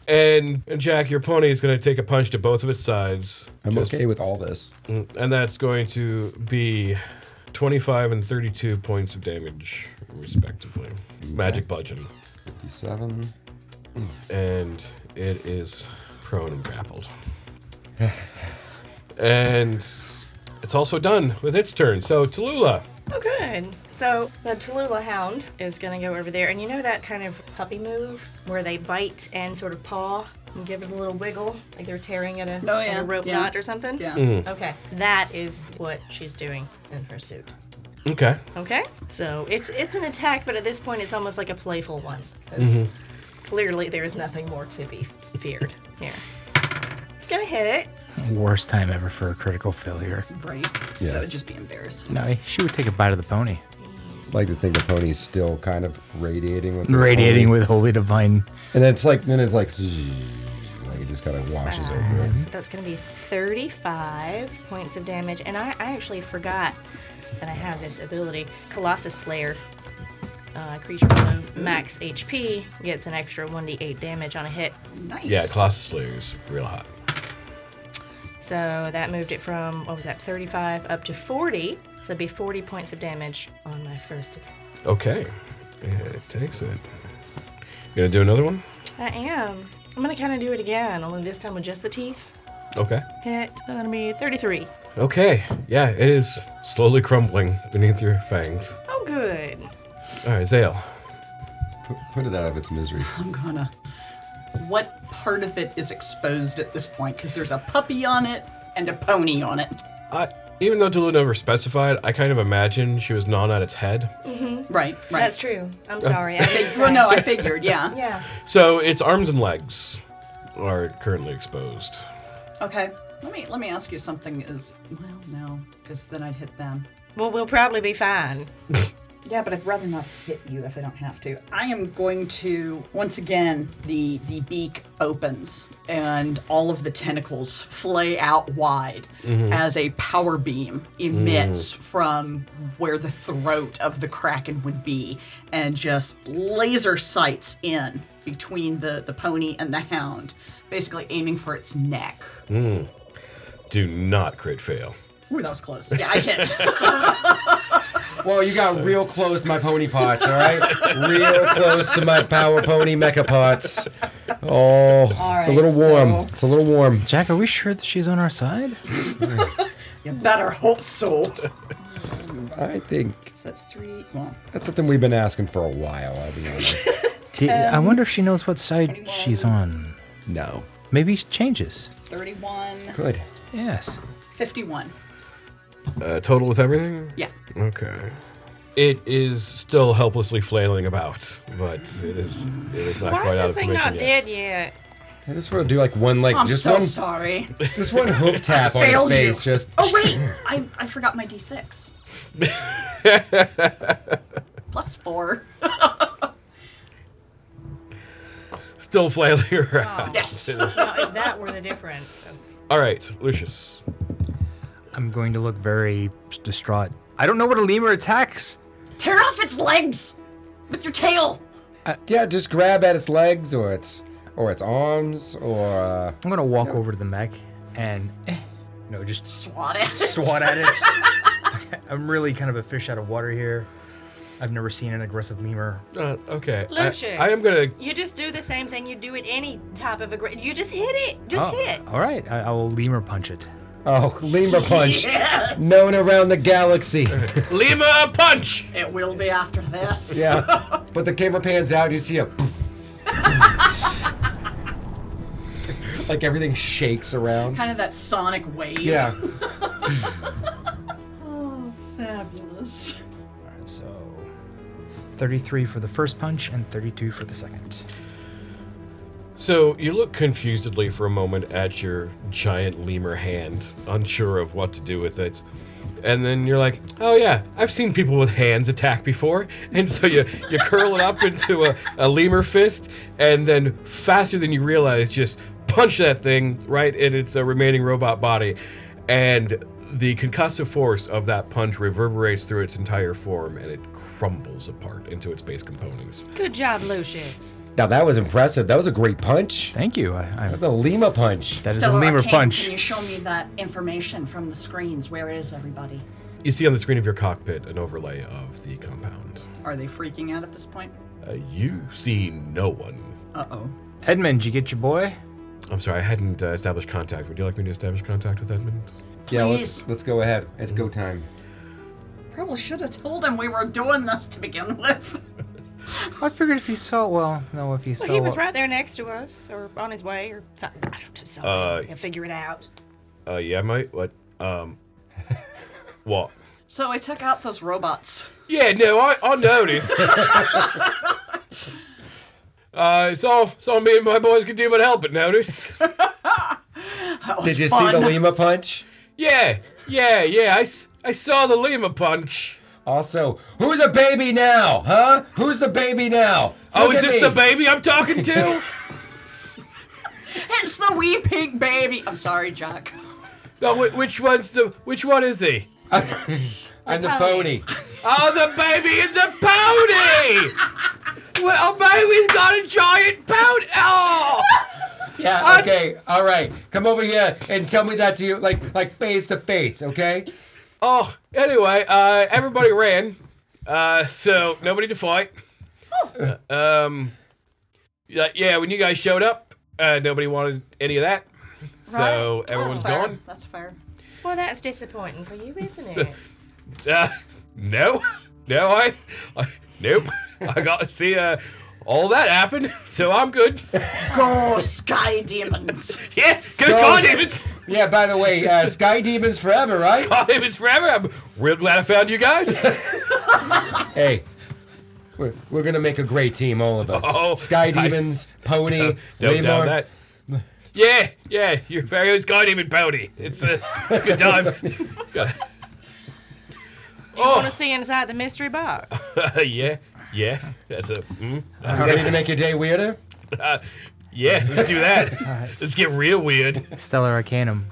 Speaker 4: and, and Jack, your pony is gonna take a punch to both of its sides,
Speaker 2: I'm okay with all this.
Speaker 4: and that's going to be 25 and 32 points of damage, respectively. Magic bludgeon,
Speaker 2: 57.
Speaker 4: and it is prone and grappled. and it's also done with its turn. So Tallulah.
Speaker 3: Oh, good. So the Tallulah Hound is going to go over there, and you know that kind of puppy move where they bite and sort of paw and give it a little wiggle, like they're tearing at a,
Speaker 5: Oh,
Speaker 3: at
Speaker 5: yeah,
Speaker 3: a rope
Speaker 5: yeah.
Speaker 3: knot or something?
Speaker 5: Yeah.
Speaker 3: Okay, that is what she's doing in her suit.
Speaker 4: Okay.
Speaker 3: Okay. So it's it's an attack, but at this point, it's almost like a playful one. 'cause Clearly, there is nothing more to be feared here. It's gonna hit.
Speaker 6: Worst time ever for a critical failure.
Speaker 5: Right.
Speaker 2: Yeah.
Speaker 5: That would just be embarrassing.
Speaker 6: No, she would take a bite of the pony.
Speaker 2: like to think the pony's still kind of radiating with this
Speaker 6: Radiating
Speaker 2: whole-
Speaker 6: with holy divine.
Speaker 2: and then it's like then it's like zzz, like it just kind of washes over it.
Speaker 3: Mm-hmm. So that's gonna be 35 points of damage, and I, I actually forgot that I have this ability, Colossus Slayer. Uh, creature with no max HP gets an extra 1d8 damage on a hit.
Speaker 5: Nice.
Speaker 4: Yeah, Colossus Slayer is real hot.
Speaker 3: So that moved it from, what was that, 35 up to 40. So it'd be 40 points of damage on my first attack.
Speaker 4: Okay. It takes it. You gonna do another one?
Speaker 3: I am. I'm gonna kind of do it again, only this time with just the teeth.
Speaker 4: Okay.
Speaker 3: Hit. That's gonna be 33.
Speaker 4: Okay. Yeah, it is slowly crumbling beneath your fangs.
Speaker 3: Oh, good.
Speaker 4: All right, Zale.
Speaker 2: Put, put it out of its misery.
Speaker 5: I'm gonna. What part of it is exposed at this point? Because there's a puppy on it and a pony on it.
Speaker 4: I, even though Dulu never specified, I kind of imagine she was gnawing at its head.
Speaker 5: Right, right.
Speaker 3: That's true. I'm sorry. I didn't
Speaker 5: Oh. Well,
Speaker 3: say.
Speaker 5: no, I figured, yeah.
Speaker 3: Yeah.
Speaker 4: So its arms and legs are currently exposed.
Speaker 5: Okay. Let me let me ask you something. Is well, no, because then I'd hit them.
Speaker 3: Well, we'll probably be fine.
Speaker 5: Yeah, but I'd rather not hit you if I don't have to. I am going to once again the the beak opens and all of the tentacles flay out wide as a power beam emits from where the throat of the kraken would be and just laser sights in between the the pony and the hound, basically aiming for its neck.
Speaker 4: Do not crit fail.
Speaker 5: Mm. Ooh, that was close. Yeah, I hit.
Speaker 2: Well, you got real close to my pony pots, all right? Real close to my power pony mecha pots. Oh, it's
Speaker 5: right,
Speaker 2: a little warm.
Speaker 5: so-
Speaker 2: It's a little warm.
Speaker 6: Jack, are we sure that she's on our side?
Speaker 5: You better hope so.
Speaker 2: I think
Speaker 5: So that's three. Well,
Speaker 2: that's something we've been asking for a while, I'll be honest.
Speaker 6: D- I
Speaker 3: Um,
Speaker 6: wonder if she knows what side she's on.
Speaker 2: No.
Speaker 6: Maybe she changes.
Speaker 5: 31,
Speaker 2: Good.
Speaker 6: Yes.
Speaker 5: 51.
Speaker 4: Uh, total with everything?
Speaker 5: Yeah.
Speaker 4: Okay. It is still helplessly flailing about, but it is it is not
Speaker 3: Why
Speaker 4: quite
Speaker 3: is
Speaker 4: out
Speaker 3: this
Speaker 4: of
Speaker 3: thing
Speaker 4: commission
Speaker 3: not
Speaker 4: yet.
Speaker 3: dead yet?
Speaker 2: I just want to do like one, like,
Speaker 5: I'm
Speaker 2: just,
Speaker 5: so
Speaker 2: one,
Speaker 5: sorry.
Speaker 2: just one hoof tap on his
Speaker 5: Failed you.
Speaker 2: face. Just.
Speaker 5: Oh, wait. I, I forgot my d6. Plus four.
Speaker 4: Still flailing
Speaker 3: Oh.
Speaker 4: around.
Speaker 5: Yes.
Speaker 3: Now, if that were the difference.
Speaker 4: All right, Lucius.
Speaker 6: I'm going to look very distraught. I don't know what a lemur attacks.
Speaker 5: Tear off its legs with your tail.
Speaker 2: Yeah, just grab at its legs or its or its arms or. Uh,
Speaker 6: I'm gonna walk over to the mech and eh, no, just
Speaker 5: Swat it.
Speaker 6: swat at it. I'm really kind of a fish out of water here. I've never seen an aggressive lemur.
Speaker 4: Uh, okay. I-
Speaker 3: Lucius.
Speaker 4: I, am gonna.
Speaker 3: You just do the same thing you do at any type of a. Gra- you just hit it. Just
Speaker 6: Oh,
Speaker 3: hit.
Speaker 6: All right, I, I will lemur punch it.
Speaker 2: oh, lemur punch.
Speaker 5: Yes.
Speaker 2: Known around the galaxy.
Speaker 4: Lima punch.
Speaker 5: It will be after this.
Speaker 2: Yeah. But the camera pans out, you see a. like everything shakes around.
Speaker 5: Kind of that sonic wave.
Speaker 2: Yeah.
Speaker 5: Oh, fabulous.
Speaker 6: All right, so 33 for the first punch and 32 for the second.
Speaker 4: So you look confusedly for a moment at your giant lemur hand, unsure of what to do with it. And then you're like, oh yeah, I've seen people with hands attack before. And so you, you curl it up into a, a lemur fist, and then faster than you realize, just punch that thing right in its uh, remaining robot body. And the concussive force of that punch reverberates through its entire form, and it crumbles apart into its base components.
Speaker 3: Good job, Lucius.
Speaker 2: Now that was impressive. That was a great punch.
Speaker 6: Thank you. I, I,
Speaker 2: The Lima punch.
Speaker 6: that is a
Speaker 5: Stellar
Speaker 6: lemur
Speaker 5: Arcane,
Speaker 6: punch.
Speaker 5: Can you show me that information from the screens? Where is everybody?
Speaker 4: You see on the screen of your cockpit an overlay of the compound.
Speaker 5: Are they freaking out at this point?
Speaker 4: Uh, you see no one.
Speaker 5: Uh oh.
Speaker 6: Edmund, you get your boy?
Speaker 4: I'm sorry, I hadn't uh, established contact. Would you like me to establish contact with Edmund?
Speaker 2: Yeah,
Speaker 5: Please.
Speaker 2: let's let's go ahead. It's go time.
Speaker 5: Probably should have told him we were doing this to begin with.
Speaker 6: I figured if he saw, well, no, if he saw.
Speaker 3: Well, he was right there next to us, or on his way, or something. I don't know, something.
Speaker 4: Uh,
Speaker 3: He'll figure it out.
Speaker 4: Uh, yeah, mate. What? Um, what?
Speaker 5: So I took out those robots.
Speaker 4: Yeah, no, I, I noticed. uh, it's all, it's all me and my boys could do but help but notice.
Speaker 5: That was
Speaker 2: Did you see
Speaker 5: fun.
Speaker 2: the Lima punch?
Speaker 4: yeah, yeah, yeah. I, s- I saw the Lima punch.
Speaker 2: Also, who's a baby now? Huh? Who's the baby now?
Speaker 4: Oh,
Speaker 2: Look
Speaker 4: is
Speaker 2: at
Speaker 4: this
Speaker 2: me.
Speaker 4: the baby I'm talking to?
Speaker 5: It's the wee pig baby. I'm sorry, Jack.
Speaker 4: no, whi- which one's the? Which one is he?
Speaker 2: I'm the pony.
Speaker 4: Oh, the baby and the pony! well, baby's got a giant pony! Oh!
Speaker 2: Yeah. Okay. All right. Come over here and tell me that to you, like like face to face. Okay.
Speaker 4: Oh, anyway, uh, everybody ran. Uh, so, nobody to fight.
Speaker 5: Oh.
Speaker 4: Uh, um, yeah, yeah, when you guys showed up, uh, nobody wanted any of that. So,
Speaker 3: Right.
Speaker 4: everyone's
Speaker 5: That's fair.
Speaker 4: gone?
Speaker 5: That's fair.
Speaker 3: Well, that's disappointing for you, isn't it?
Speaker 4: Uh, no. No, I, I. Nope. I got to see uh, all that happen, so I'm good.
Speaker 5: Go, sky demons.
Speaker 4: Yeah, go Sky Demons!
Speaker 2: Yeah. By the way, uh, Sky Demons forever, right?
Speaker 4: My name is forever. I'm real glad I found you guys.
Speaker 2: Hey. We're, we're gonna make a great team, all of us.
Speaker 4: Oh,
Speaker 2: Sky
Speaker 4: I-
Speaker 2: Demons, Pony,
Speaker 4: Don't doubt
Speaker 2: Lamar.
Speaker 4: that. Yeah, yeah, your very own Sky Demon Pony. It's uh, it's good times. Gotta-
Speaker 3: Want
Speaker 4: oh,
Speaker 3: to see inside the mystery box?
Speaker 4: uh, yeah, yeah. That's a mm,
Speaker 2: Ready to make your day weirder?
Speaker 4: uh, yeah. Let's do that. Let's get real weird.
Speaker 6: Stellar Arcanum.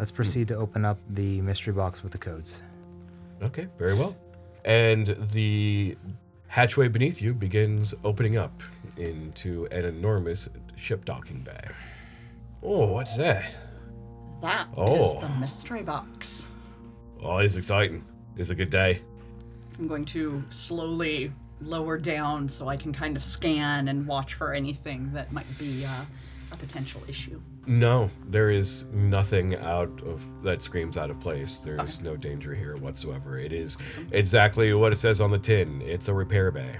Speaker 6: Let's proceed to open up the mystery box with the codes.
Speaker 4: Okay, very well. And the hatchway beneath you begins opening up into an enormous ship docking bay. Oh, what's that?
Speaker 5: That is
Speaker 4: Oh.
Speaker 5: the mystery box.
Speaker 4: Oh, it's exciting. It's a good day.
Speaker 5: I'm going to slowly lower down so I can kind of scan and watch for anything that might be uh, a potential issue.
Speaker 4: No, there is nothing out of that screams out of place. There's no danger here whatsoever. It is exactly what it says on the tin. It's a repair bay.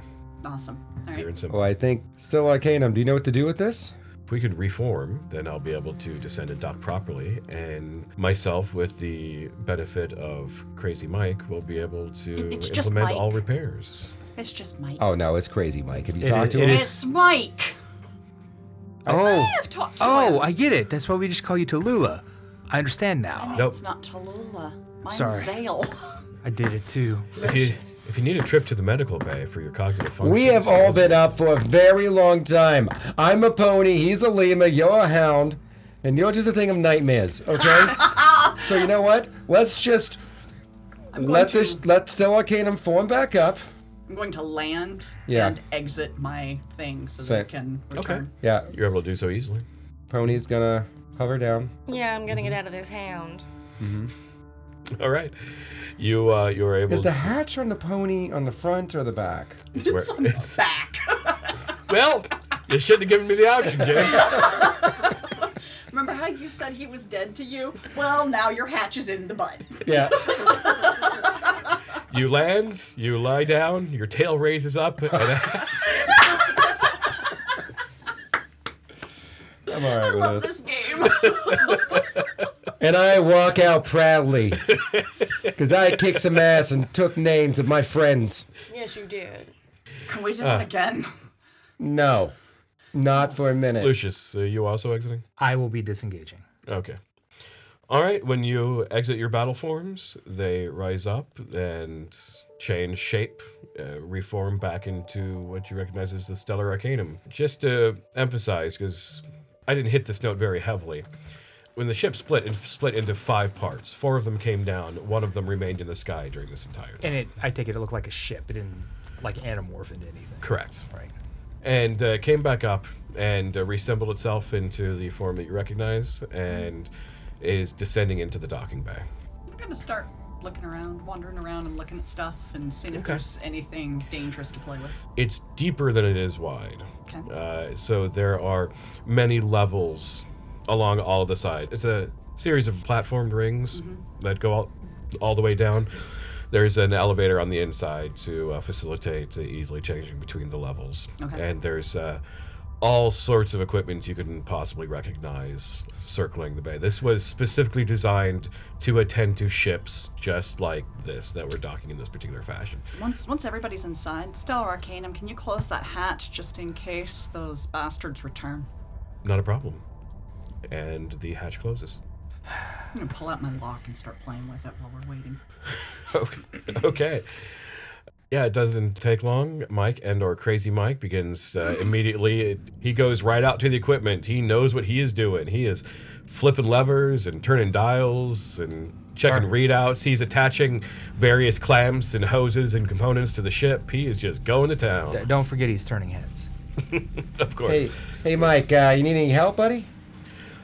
Speaker 5: Awesome. All
Speaker 4: Pure
Speaker 5: right.
Speaker 4: and simple.
Speaker 2: Oh, I think still Arcanum. Do you know what to do with this?
Speaker 4: If we could reform, then I'll be able to descend and dock properly, and myself, with the benefit of Crazy Mike, will be able to
Speaker 5: It's just
Speaker 4: implement all
Speaker 5: Mike.
Speaker 4: repairs.
Speaker 5: It's just Mike.
Speaker 2: Oh no, it's crazy, Mike. Have you
Speaker 4: It
Speaker 2: talked
Speaker 4: is-
Speaker 2: to
Speaker 4: it
Speaker 2: him?
Speaker 4: is-
Speaker 5: It's Mike.
Speaker 6: Oh,
Speaker 5: I've talked to
Speaker 6: oh,
Speaker 5: him.
Speaker 6: I get it. That's why we just call you Tallulah. I understand now.
Speaker 4: Nope.
Speaker 5: It's not Tallulah. Mine's
Speaker 6: Sorry.
Speaker 5: Zale.
Speaker 6: I did it too.
Speaker 4: If you, if you need a trip to the medical bay for your cognitive function,
Speaker 2: We have all been up for a very long time. I'm a pony, he's a lima, you're a hound, and you're just a thing of nightmares, okay? so you know what? Let's just
Speaker 5: I'm going,
Speaker 2: let
Speaker 5: to,
Speaker 2: this let Still Arcanum form back up.
Speaker 5: I'm going to land
Speaker 2: Yeah.
Speaker 5: and exit my thing so
Speaker 2: Same.
Speaker 5: that it can return.
Speaker 2: Yeah,
Speaker 4: You're able to do so easily.
Speaker 2: pony's gonna hover down.
Speaker 3: Yeah, I'm gonna get out of this hound.
Speaker 4: All right, you uh, you are able.
Speaker 2: Is the
Speaker 4: to,
Speaker 2: hatch on the pony on the front or the back?
Speaker 4: it's where- it's-
Speaker 5: Back.
Speaker 4: well, you shouldn't have given me the option, James.
Speaker 5: Remember how you said he was dead to you? Well, now your hatch is in the butt.
Speaker 2: Yeah.
Speaker 4: you lands, you lie down, your tail raises up, and
Speaker 2: I'm alright with
Speaker 5: This
Speaker 2: this.
Speaker 5: game.
Speaker 2: And I walk out proudly. Cause I kicked some ass and took names of my friends.
Speaker 3: Yes, you did.
Speaker 5: Can we do that again?
Speaker 2: No. Not for a minute.
Speaker 4: Lucius, are you also exiting?
Speaker 6: I will be disengaging.
Speaker 4: Okay. All right. When you exit your battle forms, they rise up and change shape, uh, reform back into what you recognize as the Stellar Arcanum. Just to emphasize, because I didn't hit this note very heavily. When the ship split, it split into five parts. Four of them came down. One of them remained in the sky during this entire time.
Speaker 6: And it, I take it, it looked like a ship. It didn't like anamorph into anything.
Speaker 4: Correct.
Speaker 6: Right.
Speaker 4: and uh, came back up and uh, reassembled itself into the form that you recognize and is descending into the docking bay.
Speaker 5: I'm gonna start looking around, wandering around, and looking at stuff and seeing if there's anything dangerous to play with.
Speaker 4: It's deeper than it is wide.
Speaker 5: Okay.
Speaker 4: Uh, so there are many levels along all the sides. It's a series of platformed rings that go all, all the way down. There's an elevator on the inside to uh, facilitate the easily changing between the levels.
Speaker 5: Okay.
Speaker 4: And there's uh, all sorts of equipment you can possibly recognize circling the bay. This was specifically designed to attend to ships just like this that were docking in this particular fashion.
Speaker 5: Once once everybody's inside, Stellar Arcanum, can you close that hatch just in case those bastards return?
Speaker 4: Not a problem. And the hatch closes.
Speaker 5: I'm gonna pull out my lock and start playing with it while we're waiting.
Speaker 4: okay. Yeah, it doesn't take long. Mike and or Crazy Mike begins uh, immediately. he goes right out to the equipment. He knows what he is doing. He is flipping levers and turning dials and checking readouts. He's attaching various clamps and hoses and components to the ship. He is just going to town.
Speaker 6: D- don't forget he's turning heads.
Speaker 4: of course.
Speaker 2: Hey, hey, Mike. Uh, you need any help, buddy?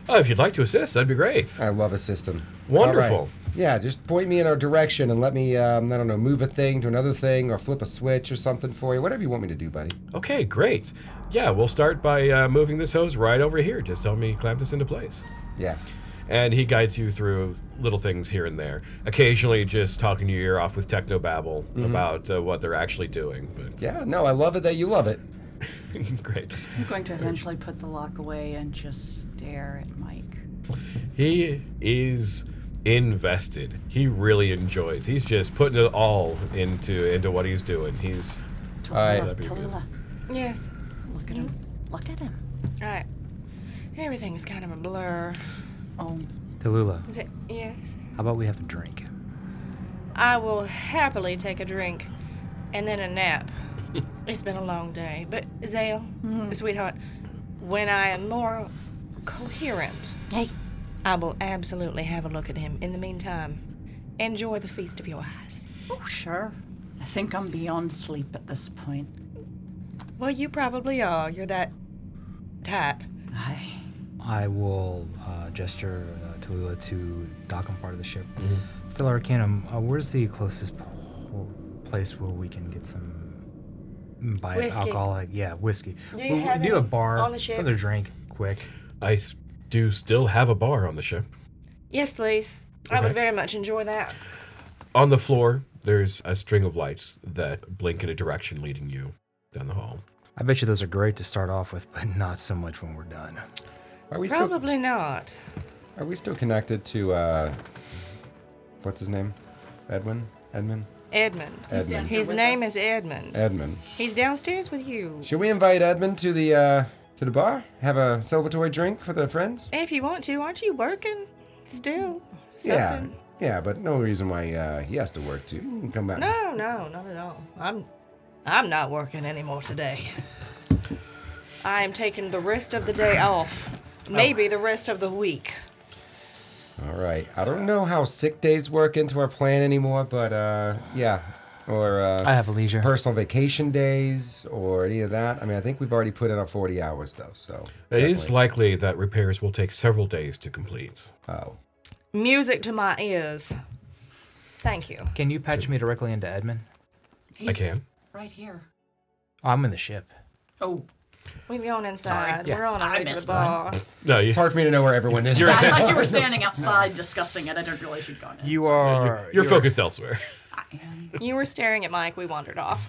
Speaker 4: Oh, if you'd like to assist, that'd be great.
Speaker 2: I love a system.
Speaker 4: Wonderful.
Speaker 2: All right. Yeah, just point me in our direction and let me, um, I don't know, move a thing to another thing or flip a switch or something for you. Whatever you want me to do, buddy.
Speaker 4: Okay, great. Yeah, we'll start by uh, moving this hose right over here. Just tell me clamp this into place.
Speaker 2: Yeah.
Speaker 4: and he guides you through little things here and there. Occasionally, just talking your ear off with techno babble
Speaker 2: Mm-hmm.
Speaker 4: about uh, what they're actually doing. But
Speaker 2: Yeah, no, I love it that you love it.
Speaker 4: great.
Speaker 5: I'm going to eventually put the lock away and just stare at Mike.
Speaker 4: He is invested. He really enjoys. He's just putting it all into into what he's doing. He's
Speaker 5: Tallulah,
Speaker 4: Alright.
Speaker 5: Tallulah,
Speaker 3: Yes.
Speaker 5: look at him. Look at him.
Speaker 3: All right. Everything's kind of a blur.
Speaker 5: Oh,
Speaker 6: Tallulah,
Speaker 3: Is it? Yes.
Speaker 6: how about we have a drink?
Speaker 3: I will happily take a drink and then a nap. it's been a long day. But, Zale, sweetheart, when I am more coherent,
Speaker 5: hey.
Speaker 3: I will absolutely have a look at him. In the meantime, enjoy the feast of your eyes.
Speaker 5: Oh, sure. I think I'm beyond sleep at this point.
Speaker 3: Well, you probably are. You're that type.
Speaker 5: I.
Speaker 6: I will uh, gesture uh, Tallulah Mm-hmm. to dock on part of the ship. Still Arcanum, uh, where's the closest po- place where we can get some buy
Speaker 3: Whiskey.
Speaker 6: alcoholic, yeah, whiskey.
Speaker 3: Do you
Speaker 6: We'll
Speaker 3: have
Speaker 6: do a
Speaker 3: any
Speaker 6: bar,
Speaker 3: on the ship?
Speaker 6: something to drink, quick.
Speaker 4: I s- do still have a bar on the ship.
Speaker 3: Yes, please. I would
Speaker 4: Okay.
Speaker 3: very much enjoy that.
Speaker 4: On the floor, there's a string of lights that blink in a direction leading you down the hall.
Speaker 6: I bet you those are great to start off with, but not so much when we're done.
Speaker 2: Are we still
Speaker 3: Probably not.
Speaker 2: Are we still connected to uh what's his name? Edwin? Edmund?
Speaker 3: Edmund.
Speaker 2: He's down Edmund.
Speaker 5: here
Speaker 3: His
Speaker 5: with
Speaker 3: name
Speaker 5: us.
Speaker 3: is Edmund.
Speaker 2: Edmund.
Speaker 3: He's downstairs with you.
Speaker 2: Should we invite Edmund to the uh to the bar? Have a celebratory drink for the friends?
Speaker 3: If you want to, aren't you working still?
Speaker 2: Yeah.
Speaker 3: Something?
Speaker 2: Yeah, but no reason why uh, he has to work too. You can come back.
Speaker 3: No, Oh, no, not at all. I'm I'm not working anymore today. I am taking the rest of the day off. Maybe the rest of the week.
Speaker 2: All right. I don't know how sick days work into our plan anymore, but uh yeah. Or uh
Speaker 6: I have a leisure.
Speaker 2: personal vacation days or any of that. I mean, I think we've already put in our 40 hours though, so
Speaker 4: It is likely that repairs will take several days to complete.
Speaker 2: oh.
Speaker 3: Music to my ears. Thank you.
Speaker 6: Can you patch me directly into Edmund?
Speaker 5: He's
Speaker 4: can.
Speaker 5: Right here.
Speaker 6: Oh, I'm in the ship.
Speaker 5: Oh,
Speaker 3: We've gone inside.
Speaker 6: Yeah.
Speaker 3: We're on our
Speaker 5: I
Speaker 3: way to the
Speaker 5: missed
Speaker 3: bar.
Speaker 4: No, you,
Speaker 2: It's hard for me to know where everyone is.
Speaker 5: I thought you were standing outside discussing it. I didn't realize you'd gone in.
Speaker 6: You are.
Speaker 4: you're focused elsewhere.
Speaker 5: I am.
Speaker 3: You were staring at Mike. We wandered off.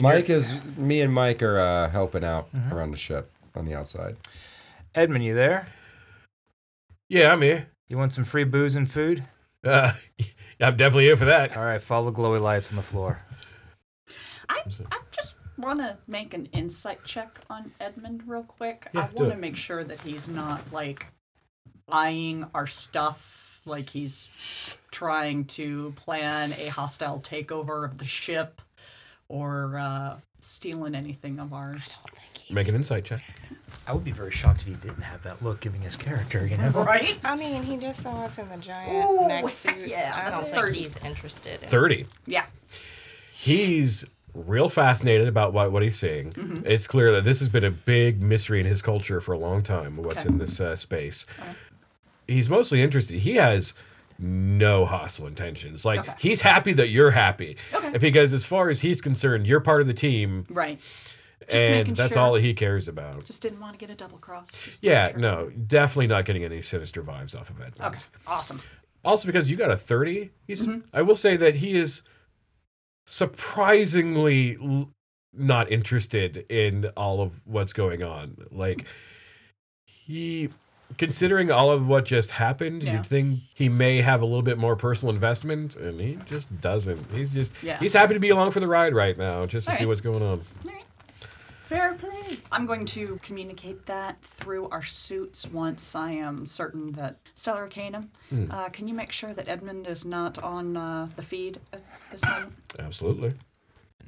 Speaker 2: Mike is me and Mike are uh, helping out
Speaker 5: Mm-hmm.
Speaker 2: around the ship on the outside.
Speaker 6: Edmund, you there?
Speaker 4: Yeah, I'm here.
Speaker 6: You want some free booze and food?
Speaker 4: Uh, I'm definitely here for that.
Speaker 6: All right, follow glowy lights on the floor.
Speaker 5: I, I just want to make an insight check on Edmund real quick.
Speaker 4: Yeah,
Speaker 5: I
Speaker 4: do
Speaker 5: want to
Speaker 4: it.
Speaker 5: make sure that he's not like buying our stuff, like he's trying to plan a hostile takeover of the ship or uh, stealing anything of ours.
Speaker 4: Make an insight check.
Speaker 6: I would be very shocked if he didn't have that look giving his character, you know?
Speaker 5: Right?
Speaker 3: I mean, he just saw us in the giant
Speaker 5: Ooh,
Speaker 3: mech
Speaker 5: heck
Speaker 3: suits.
Speaker 5: yeah,
Speaker 3: I
Speaker 5: that's
Speaker 3: don't
Speaker 5: a
Speaker 3: think
Speaker 5: 30.
Speaker 3: he's interested. In.
Speaker 4: 30.
Speaker 5: Yeah.
Speaker 4: He's real fascinated about what, what he's seeing.
Speaker 5: Mm-hmm.
Speaker 4: It's clear that this has been a big mystery in his culture for a long time, what's
Speaker 5: Okay.
Speaker 4: in this uh, space. He's mostly interested. He has no hostile intentions. Like,
Speaker 5: Okay.
Speaker 4: he's happy that you're happy.
Speaker 5: Okay.
Speaker 4: Because as far as he's concerned, you're part of the team,
Speaker 5: Right. Just making
Speaker 4: and that's
Speaker 5: sure.
Speaker 4: all he cares about.
Speaker 5: Just didn't want to get a double cross. Just making
Speaker 4: yeah,
Speaker 5: sure.
Speaker 4: no, definitely not getting any sinister vibes off of it.
Speaker 5: Okay. Awesome.
Speaker 4: also because you got a 30 he's
Speaker 5: Mm-hmm.
Speaker 4: i will say that he is surprisingly l- not interested in all of what's going on like he considering all of what just happened
Speaker 5: Yeah.
Speaker 4: you'd think he may have a little bit more personal investment and he just doesn't he's just
Speaker 5: Yeah.
Speaker 4: he's happy to be along for the ride right now just to see
Speaker 5: Alright.
Speaker 4: what's going on
Speaker 5: Fair play. I'm going to communicate that through our suits once I am certain that Stellar Arcanum. Uh, can you make sure that Edmund is not on uh, the feed at this moment?
Speaker 4: absolutely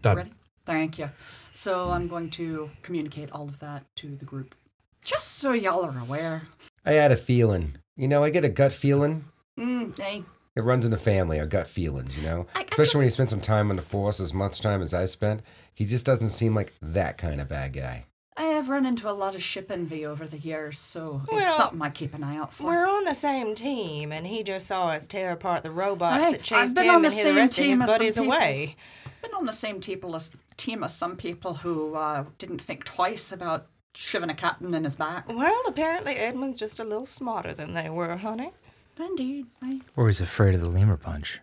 Speaker 4: done
Speaker 5: Ready? Thank you. So I'm going to communicate all of that to the group. Just so y'all are aware.
Speaker 2: I had a feeling. You know, I get a gut feeling.
Speaker 5: Mm, hey,
Speaker 2: It runs in the family, our gut feelings, you know?
Speaker 5: I- I
Speaker 2: Especially when
Speaker 5: just-
Speaker 2: you spend some time on the force, as much time as I spent. He just doesn't seem like that kind of bad guy.
Speaker 5: I have run into a lot of ship envy over the years, so
Speaker 3: Well,
Speaker 5: it's something I keep an eye out for.
Speaker 3: We're on the same team, and he just saw us tear apart the robots
Speaker 5: Hey,
Speaker 3: that chased
Speaker 5: I've been
Speaker 3: him
Speaker 5: on
Speaker 3: and
Speaker 5: the
Speaker 3: his
Speaker 5: same
Speaker 3: rest of
Speaker 5: team
Speaker 3: his
Speaker 5: as some
Speaker 3: buddies
Speaker 5: people.
Speaker 3: away.
Speaker 5: been on the same table as team as some people who uh, didn't think twice about shoving a captain in his back.
Speaker 3: Well, apparently Edmund's just a little smarter than they were, honey.
Speaker 5: Indeed, I,
Speaker 6: Or he's afraid of the lemur punch.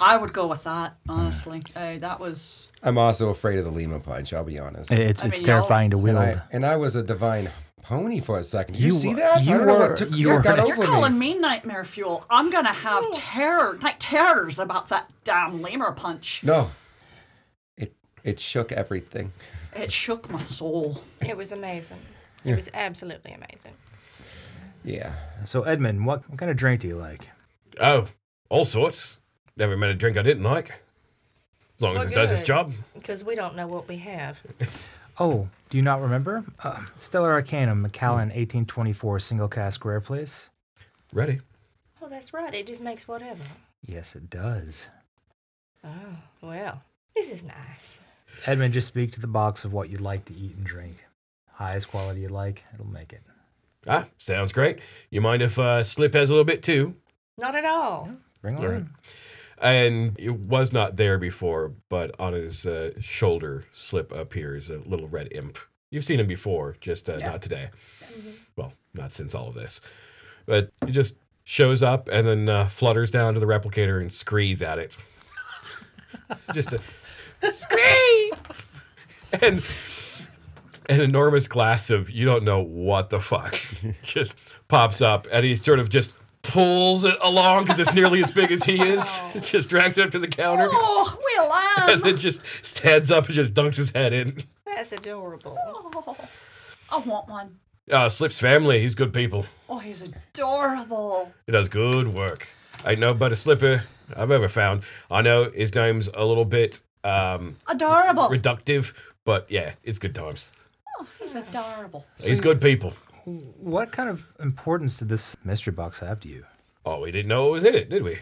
Speaker 5: I would go with that honestly. Uh, that was
Speaker 2: I'm also afraid of the Lima punch, I'll be honest.
Speaker 6: I- It's
Speaker 5: I
Speaker 6: it's
Speaker 5: mean, y'all-
Speaker 6: terrifying to wield.
Speaker 2: and, I, and I was a divine pony for a second. Did you,
Speaker 6: You
Speaker 2: see
Speaker 6: were-
Speaker 2: that?
Speaker 6: you
Speaker 2: I don't know
Speaker 6: were-
Speaker 2: what took
Speaker 6: you
Speaker 2: what
Speaker 6: were-
Speaker 2: got
Speaker 5: you're
Speaker 2: over
Speaker 5: calling
Speaker 2: me.
Speaker 5: me nightmare fuel. I'm gonna
Speaker 3: Oh.
Speaker 5: have terror night terrors about that damn lemur punch.
Speaker 2: No. It it shook everything.
Speaker 5: It shook my soul.
Speaker 3: It was amazing. It was absolutely amazing.
Speaker 2: Yeah.
Speaker 6: So, Edmund, what, what kind of drink do you like?
Speaker 4: oh all sorts never met a drink i didn't like as long as
Speaker 3: Well,
Speaker 4: it does its
Speaker 3: good.
Speaker 4: job
Speaker 3: Because we don't know what we have.
Speaker 6: Oh, do you not remember? Uh, Stellar Arcanum, Macallan, 1824, single cask rare place.
Speaker 4: ready
Speaker 3: Oh, that's right. It just makes whatever.
Speaker 6: Yes, it does.
Speaker 3: Oh, well. This is nice.
Speaker 6: Edmund, just speak to the box of what you'd like to eat and drink. Highest quality you like, it'll make it.
Speaker 4: Ah, sounds great. You mind if uh, Slip has a little bit too?
Speaker 3: Not at all.
Speaker 6: Bring it
Speaker 4: All right.
Speaker 6: on.
Speaker 4: Uh, and it was not there before, but on his uh, shoulder slip appears a little red imp. You've seen him before, just uh,
Speaker 5: Yeah.
Speaker 4: not today. Well, not since all of this. But he just shows up and then uh, flutters down to the replicator and screes at it. just a scree! And an enormous glass of you don't know what the fuck just pops up and he sort of just pulls it along because it's nearly as big as he is just drags it up to the counter
Speaker 5: Oh, Will,
Speaker 4: and
Speaker 5: I
Speaker 4: then just stands up and just dunks his head in
Speaker 3: That's adorable.
Speaker 5: I want one.
Speaker 4: uh, slip's family he's good people
Speaker 5: Oh, he's adorable.
Speaker 4: he does good work ain't no better slipper i've ever found i know his name's a little bit um,
Speaker 5: Adorable.
Speaker 4: reductive but yeah it's good times
Speaker 5: Oh, he's adorable.
Speaker 4: he's good people
Speaker 6: What kind of importance did this mystery box have to you?
Speaker 4: oh we didn't know what was in it did we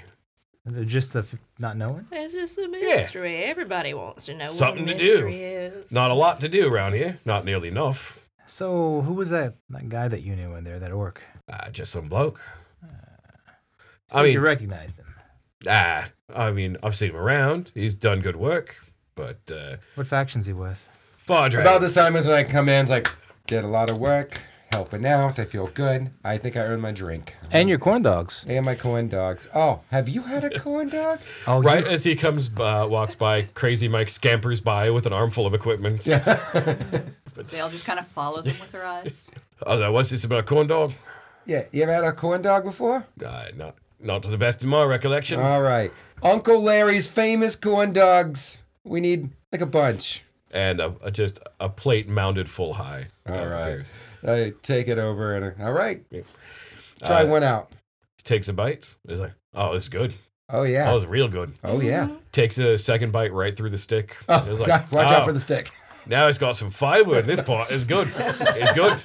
Speaker 6: Is it Just the f- not knowing?
Speaker 3: It's just a mystery. Everybody wants to know
Speaker 4: Something
Speaker 3: what
Speaker 4: to
Speaker 3: a
Speaker 4: do.
Speaker 3: mystery is.
Speaker 4: not a lot to do around here not nearly enough
Speaker 6: So who was that that guy that you knew in there? That orc?
Speaker 4: Uh, just some bloke. I
Speaker 6: Said you
Speaker 4: mean,
Speaker 6: recognized him.
Speaker 4: ah, I mean, I've seen him around. He's done good work, but uh,
Speaker 6: What faction's he with?
Speaker 4: Fodra.
Speaker 2: About this time is when I come in, it's like, did a lot of work, helping out. I feel good. I think I earned my drink.
Speaker 6: And your corn dogs.
Speaker 2: And my corn dogs. Oh, have you had a corn dog?
Speaker 6: Oh, you-
Speaker 4: Right as he comes, uh, walks by, Crazy Mike scampers by with an armful of equipment. Yeah.
Speaker 5: Zale just kind of follows him with her eyes.
Speaker 4: I was like, "What's this about a corn dog?"
Speaker 2: Yeah, you ever had a corn dog before?
Speaker 4: Uh, not, not to the best of my recollection.
Speaker 2: All right. Uncle Larry's famous corn dogs. We need like a bunch.
Speaker 4: and a, a- just a plate mounted full high.
Speaker 2: All
Speaker 4: Uh,
Speaker 2: right.
Speaker 4: there.
Speaker 2: I take it over and uh, all right. Try one out.
Speaker 4: Takes a bite. He's like, "Oh, this is good.
Speaker 2: Oh
Speaker 4: Oh,
Speaker 2: yeah.
Speaker 4: it's real good."
Speaker 2: Oh yeah.
Speaker 4: Takes a second bite right through the stick.
Speaker 2: Oh,
Speaker 4: He's like,
Speaker 2: God, watch out
Speaker 4: "Oh,
Speaker 2: for the stick.
Speaker 4: Now it's got some fiber in this part. It's good. It's good.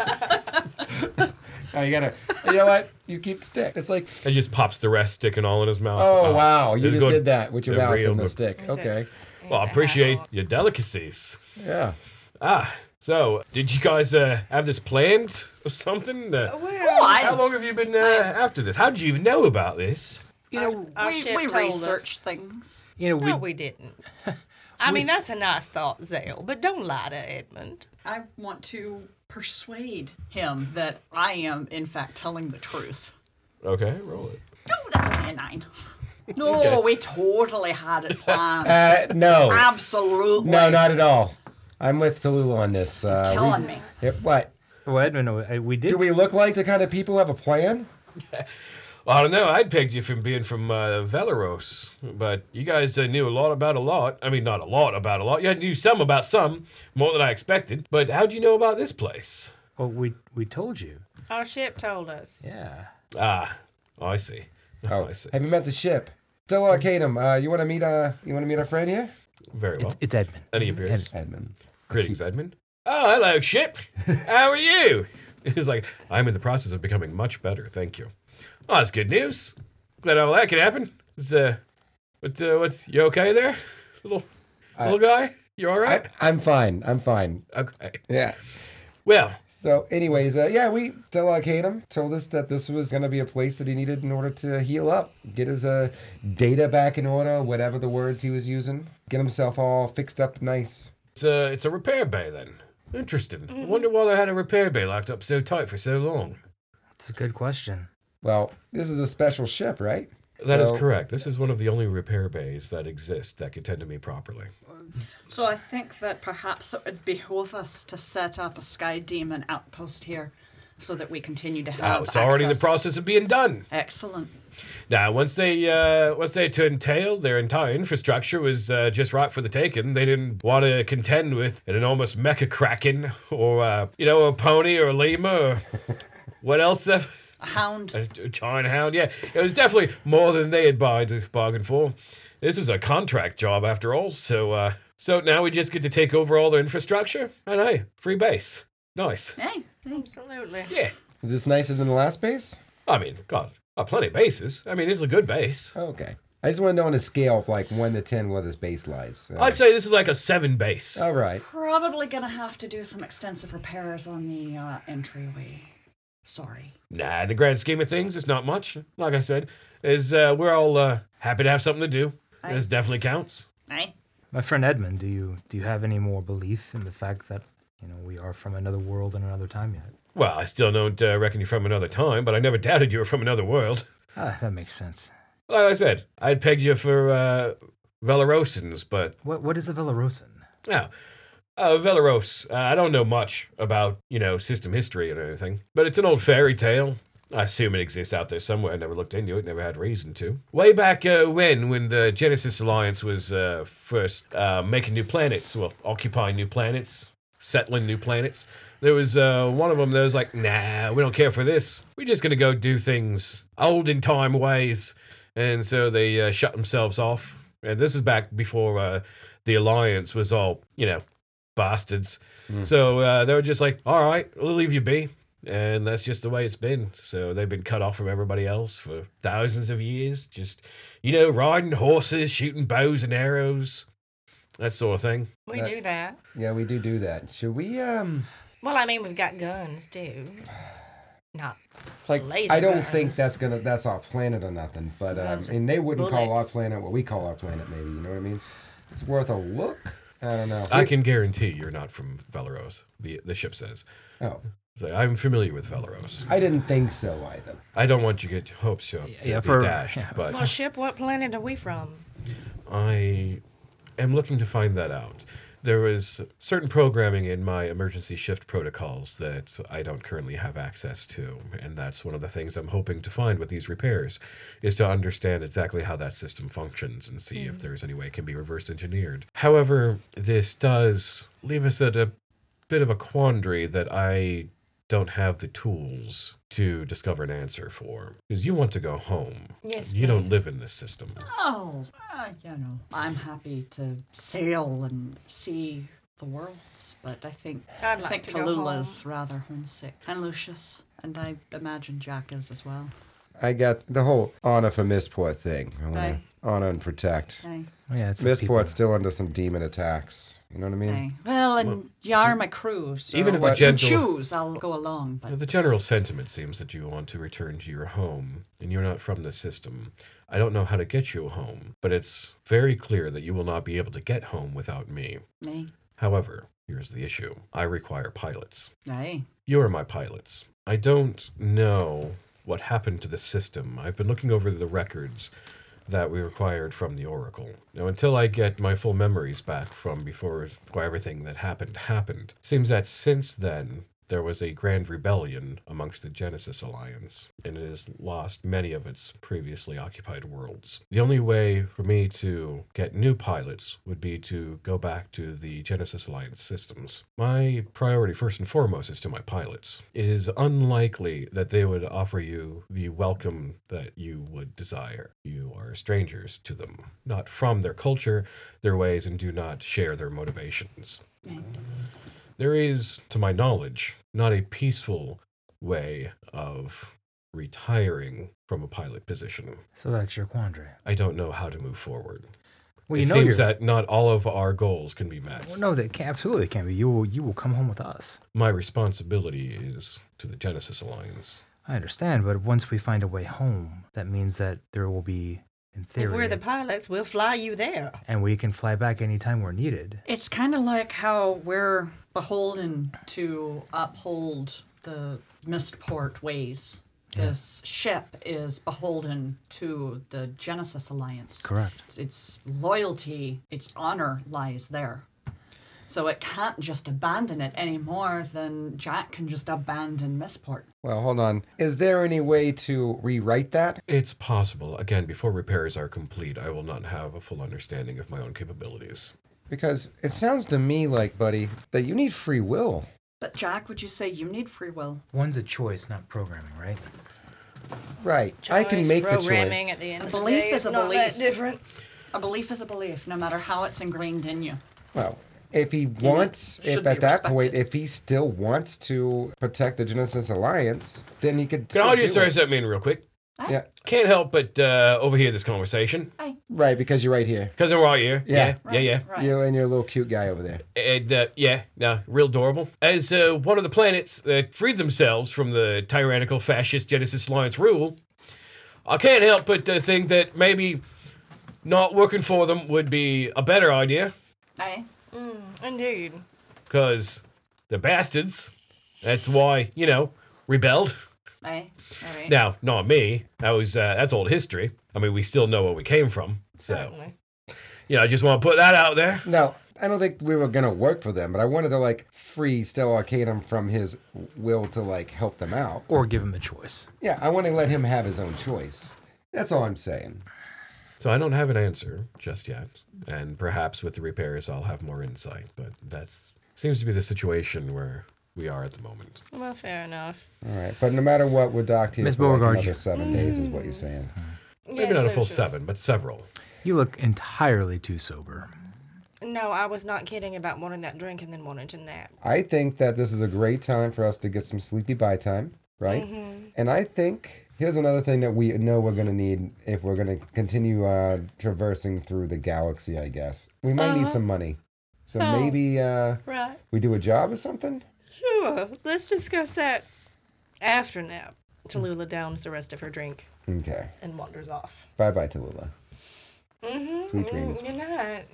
Speaker 2: Oh, you gotta. You know what? You keep the stick. It's like,
Speaker 4: And he just pops the rest sticking all in his mouth.
Speaker 2: oh wow, you
Speaker 4: it's
Speaker 2: just
Speaker 4: good.
Speaker 2: did that with your
Speaker 4: Yeah,
Speaker 2: mouth
Speaker 4: real
Speaker 2: and the
Speaker 4: good.
Speaker 2: stick. Okay.
Speaker 4: Well, I appreciate your delicacies.
Speaker 2: Yeah.
Speaker 4: Ah, so did you guys uh, have this planned or something? Uh,
Speaker 2: Oh,
Speaker 3: Oh, Well,
Speaker 5: I-
Speaker 4: how long have you been uh, after this? How did you even know about this?
Speaker 5: You
Speaker 3: Our-
Speaker 5: know,
Speaker 3: our
Speaker 5: we,
Speaker 3: ship
Speaker 5: we
Speaker 3: told
Speaker 5: research
Speaker 3: us.
Speaker 5: things.
Speaker 6: you know, we,
Speaker 3: no, we didn't. I mean, that's a nice thought, Zale, but don't lie to Edmund.
Speaker 5: I want to persuade him that I am, in fact, telling the truth.
Speaker 4: Okay, roll it.
Speaker 5: No, that's only a nine. No, we totally had it planned.
Speaker 2: Uh, no.
Speaker 5: Absolutely.
Speaker 2: No, not at all. I'm with Tallulah on this. Uh, we-
Speaker 5: Killing me.
Speaker 2: Yeah, what?
Speaker 6: well, Edmund, uh, we did.
Speaker 2: Do we look like the kind of people who have a plan?
Speaker 4: Well, I don't know. I'd pegged you from being from uh, Veleros, but you guys uh, knew a lot about a lot. I mean, not a lot about a lot. You knew some about some, more than I expected. But how do you know about this place?
Speaker 6: Well, we we told you.
Speaker 3: Our ship told us.
Speaker 6: Yeah.
Speaker 4: Ah, I see.
Speaker 2: Oh,
Speaker 4: I see.
Speaker 2: have you met the ship? Stella Cadum, uh, you want to meet uh, you want to meet a friend here?
Speaker 4: Very well.
Speaker 6: It's Edmund.
Speaker 4: And he appears.
Speaker 2: Edmund.
Speaker 4: Greetings, Edmund. Oh, hello, ship. How are you? He's like, I'm in the process of becoming much better, thank you. Oh, that's good news. Glad all that could happen. It's, uh, what's, uh, what's, you okay there? Little, little guy? You all
Speaker 2: I,
Speaker 4: right?
Speaker 2: I'm fine. I'm fine.
Speaker 4: okay.
Speaker 2: Yeah.
Speaker 4: Well,
Speaker 2: So, anyways, uh, yeah, we Stella Cadum told us that this was gonna be a place that he needed in order to heal up, get his uh, data back in order, whatever the words he was using, get himself all fixed up nice.
Speaker 4: it's a, it's a repair bay then. Interesting. I wonder why they had a repair bay locked up so tight for so long.
Speaker 6: It's a good question.
Speaker 2: Well, this is a special ship, right?
Speaker 4: That is
Speaker 2: So-
Speaker 4: correct. This is one of the only repair bays that exist that could tend to me properly.
Speaker 5: So I think that perhaps it would behoove us to set up a sky demon outpost here so that we continue to have
Speaker 4: Oh, it's already in the
Speaker 5: access.
Speaker 4: process of being done.
Speaker 5: Excellent.
Speaker 4: Now, once they uh, once they turned tail, their entire infrastructure was uh, just right for the taking. They didn't want to contend with an enormous mecha kraken or uh, you know a pony or a lemur or what else? Uh,
Speaker 5: A hound.
Speaker 4: a giant hound. Yeah, it was definitely more than they had bar- bargained for. This was a contract job after all. So uh, so now we just get to take over all their infrastructure and hey, free base. Nice.
Speaker 5: Hey,
Speaker 3: Absolutely.
Speaker 4: Yeah.
Speaker 2: Is this nicer than the last base?
Speaker 4: I mean, God, uh, plenty of bases. I mean, it's a good base.
Speaker 2: Okay. I just want to know on a scale of like one to ten where this base lies. Uh,
Speaker 4: I'd say this is like a seven base.
Speaker 2: all right.
Speaker 5: probably gonna have to do some extensive repairs on the uh, entryway. Sorry.
Speaker 4: Nah, in the grand scheme of things, it's not much. Like I said, is uh, we're all uh, happy to have something to do. This definitely counts.
Speaker 5: Aye.
Speaker 6: My friend Edmund, do you do you have any more belief in the fact that you know we are from another world and another time yet?
Speaker 4: Well, I still don't uh, reckon you're from another time, but I never doubted you were from another world.
Speaker 6: Ah, that makes sense.
Speaker 4: Like I said, I'd pegged you for uh, Velarosans, but
Speaker 6: What what is a Velarosan?
Speaker 4: no. Uh, Velaros, uh, I don't know much about, you know, system history and anything, but it's an old fairy tale. I assume it exists out there somewhere. I never looked into it, never had reason to. Way back uh, when, when the Genesis Alliance was uh, first uh, making new planets, well, occupying new planets, settling new planets, there was uh, one of them that was like, nah, we don't care for this. We're just going to go do things old in time ways. And so they uh, shut themselves off. And this is back before uh, the Alliance was all, you know, bastards.
Speaker 6: Hmm.
Speaker 4: So uh, they were just like, all right, we'll leave you be. And that's just the way it's been. So they've been cut off from everybody else for thousands of years. Just, you know, riding horses, shooting bows and arrows, that sort of thing.
Speaker 3: We do that.
Speaker 2: Yeah, we do do that. Should we, um,
Speaker 3: Well, I mean, we've got guns too. Not
Speaker 2: like,
Speaker 3: Laser
Speaker 2: I don't think
Speaker 3: guns.
Speaker 2: that's gonna, that's our planet or nothing, but, um,
Speaker 3: Guns,
Speaker 2: and they wouldn't call our
Speaker 3: bullets.
Speaker 2: planet what we call our planet, maybe, you know what I mean? It's worth a look. I don't know.
Speaker 4: I can guarantee you're not from Velaros, the, the ship says.
Speaker 2: Oh,
Speaker 4: It's like, I'm familiar with Velaros.
Speaker 2: I didn't think so either.
Speaker 4: I don't want you to get your hopes up to
Speaker 6: yeah,
Speaker 4: be
Speaker 6: for-
Speaker 4: dashed,
Speaker 6: yeah.
Speaker 3: well,
Speaker 4: but
Speaker 3: ship. What planet are we from?
Speaker 4: I am looking to find that out. There is certain programming in my emergency shift protocols that I don't currently have access to, and that's one of the things I'm hoping to find with these repairs, is to understand exactly how that system functions and see
Speaker 3: Hmm.
Speaker 4: if there's any way it can be reverse engineered. However, this does leave us at a bit of a quandary that I don't have the tools to discover an answer for. Because you want to go home.
Speaker 3: Yes,
Speaker 4: You don't
Speaker 3: please.
Speaker 4: live in this system.
Speaker 5: Oh, uh, you know, I'm happy to sail and see the worlds, but I think
Speaker 3: I'd
Speaker 5: I
Speaker 3: like
Speaker 5: think
Speaker 3: to go home.
Speaker 5: Tallulah's rather homesick, and Lucius, and I imagine Jack is as well.
Speaker 2: I got the whole honor for Mistport thing. I wanna
Speaker 5: Aye.
Speaker 2: honor and protect.
Speaker 5: Aye,
Speaker 6: Oh, yeah, it's the people.
Speaker 2: Mistport's still under some demon attacks. You know what I mean?
Speaker 5: aye. Well, and you are my crew, so
Speaker 4: Even if
Speaker 5: I
Speaker 4: the
Speaker 2: But-
Speaker 5: can
Speaker 4: gentle
Speaker 5: choose, I'll go along. But
Speaker 4: The general sentiment seems that you want to return to your home and you're not from the system. I don't know how to get you home, but it's very clear that you will not be able to get home without me.
Speaker 5: aye,
Speaker 4: However, here's the issue I require pilots.
Speaker 5: aye.
Speaker 4: You are my pilots. I don't know what happened to the system. I've been looking over the records that we required from the Oracle. Now, until I get my full memories back from before, before everything that happened happened, seems that since then there was a grand rebellion amongst the Genesis Alliance, and it has lost many of its previously occupied worlds. The only way for me to get new pilots would be to go back to the Genesis Alliance systems. My priority, first and foremost, is to my pilots. It is unlikely that they would offer you the welcome that you would desire. You are strangers to them, not from their culture, their ways, and do not share their motivations there is, to my knowledge, not a peaceful way of retiring from a pilot position.
Speaker 6: So that's your quandary.
Speaker 4: I don't know how to move forward.
Speaker 6: Well, you
Speaker 4: it
Speaker 6: know
Speaker 4: seems
Speaker 6: you're.
Speaker 4: that not all of our goals can be met.
Speaker 6: well, no, that can, absolutely can be. You will you will come home with us.
Speaker 4: My responsibility is to the Genesis Alliance.
Speaker 6: I understand, but once we find a way home, that means that there will be, in
Speaker 3: If
Speaker 6: theory,
Speaker 3: we're the pilots, we'll fly you there.
Speaker 6: and we can fly back anytime we're needed.
Speaker 5: It's kind of like how we're beholden to uphold the Mistport ways. This ship is beholden to the Genesis Alliance.
Speaker 6: Correct.
Speaker 5: It's, its loyalty, its honor lies there. So it can't just abandon it any more than Jack can just abandon Mistport.
Speaker 2: Well, hold on. Is there any way to rewrite that?
Speaker 4: It's possible. Again, before repairs are complete, I will not have a full understanding of my own capabilities.
Speaker 2: Because it sounds to me like, buddy, that you need free will.
Speaker 5: But Jack, would you say you need free will?
Speaker 6: One's a choice, not programming, right?
Speaker 2: Right. I can
Speaker 3: Choice,
Speaker 2: make the
Speaker 3: programming
Speaker 2: choice.
Speaker 3: At the end
Speaker 5: A
Speaker 3: of the
Speaker 5: belief
Speaker 3: day
Speaker 5: is a
Speaker 3: not
Speaker 5: belief.
Speaker 3: That different.
Speaker 5: A belief is a belief, no matter how it's ingrained in you.
Speaker 2: Well, if he wants,
Speaker 5: should
Speaker 2: if
Speaker 5: be
Speaker 2: at that point,
Speaker 5: respected.
Speaker 2: if he still wants to protect the Genesis Alliance, then he could.
Speaker 4: Can
Speaker 2: still
Speaker 4: all you
Speaker 2: do
Speaker 4: throw
Speaker 2: it.
Speaker 4: something in real quick?
Speaker 2: Yeah.
Speaker 4: Can't help but uh, overhear this conversation
Speaker 2: Right, because you're right here.
Speaker 4: because we're all here.
Speaker 2: Yeah.
Speaker 4: yeah, yeah. yeah.
Speaker 5: Right.
Speaker 2: You and your little cute guy over there.
Speaker 4: And uh, yeah, no, real adorable. As uh, one of the planets that freed themselves from the tyrannical fascist Genesis Alliance rule, I can't help but uh, think that maybe not working for them would be a better idea
Speaker 5: Aye.
Speaker 3: Indeed.
Speaker 4: because they're bastards. That's why, you know, rebelled.
Speaker 5: Aye. All right.
Speaker 4: Now, not me. That was uh, that's old history. I mean, we still know where we came from. So,
Speaker 3: Certainly.
Speaker 4: yeah, I just want to put that out there.
Speaker 2: Now, I don't think we were gonna work for them, but I wanted to like free Stella Arcanum from his will to like help them out.
Speaker 6: Or give him the choice.
Speaker 2: Yeah, I want to let him have his own choice. That's all I'm saying.
Speaker 4: So I don't have an answer just yet, and perhaps with the repairs I'll have more insight. But that's seems to be the situation where we are at the moment.
Speaker 3: Well, fair enough.
Speaker 2: All right, but no matter what, we're docked here
Speaker 6: Miss
Speaker 2: for like,
Speaker 6: Beauregard,
Speaker 2: another
Speaker 6: you-
Speaker 2: seven days, is what you're saying.
Speaker 4: Maybe not a full seven, but several.
Speaker 6: You look entirely too sober.
Speaker 3: No, Oh, I was not kidding about wanting that drink and then wanting to nap.
Speaker 2: I think that this is a great time for us to get some sleepy by time, right? And I think here's another thing that we know we're gonna need if we're gonna continue uh, traversing through the galaxy. I guess we might need some money, so
Speaker 3: Oh.
Speaker 2: maybe uh,
Speaker 3: Right.
Speaker 2: we do a job or something.
Speaker 3: Sure. Let's discuss that after nap. Tallulah downs the rest of her drink
Speaker 2: Okay,
Speaker 3: and wanders off.
Speaker 2: bye bye, Tallulah. Sweet dreams.
Speaker 3: Good night.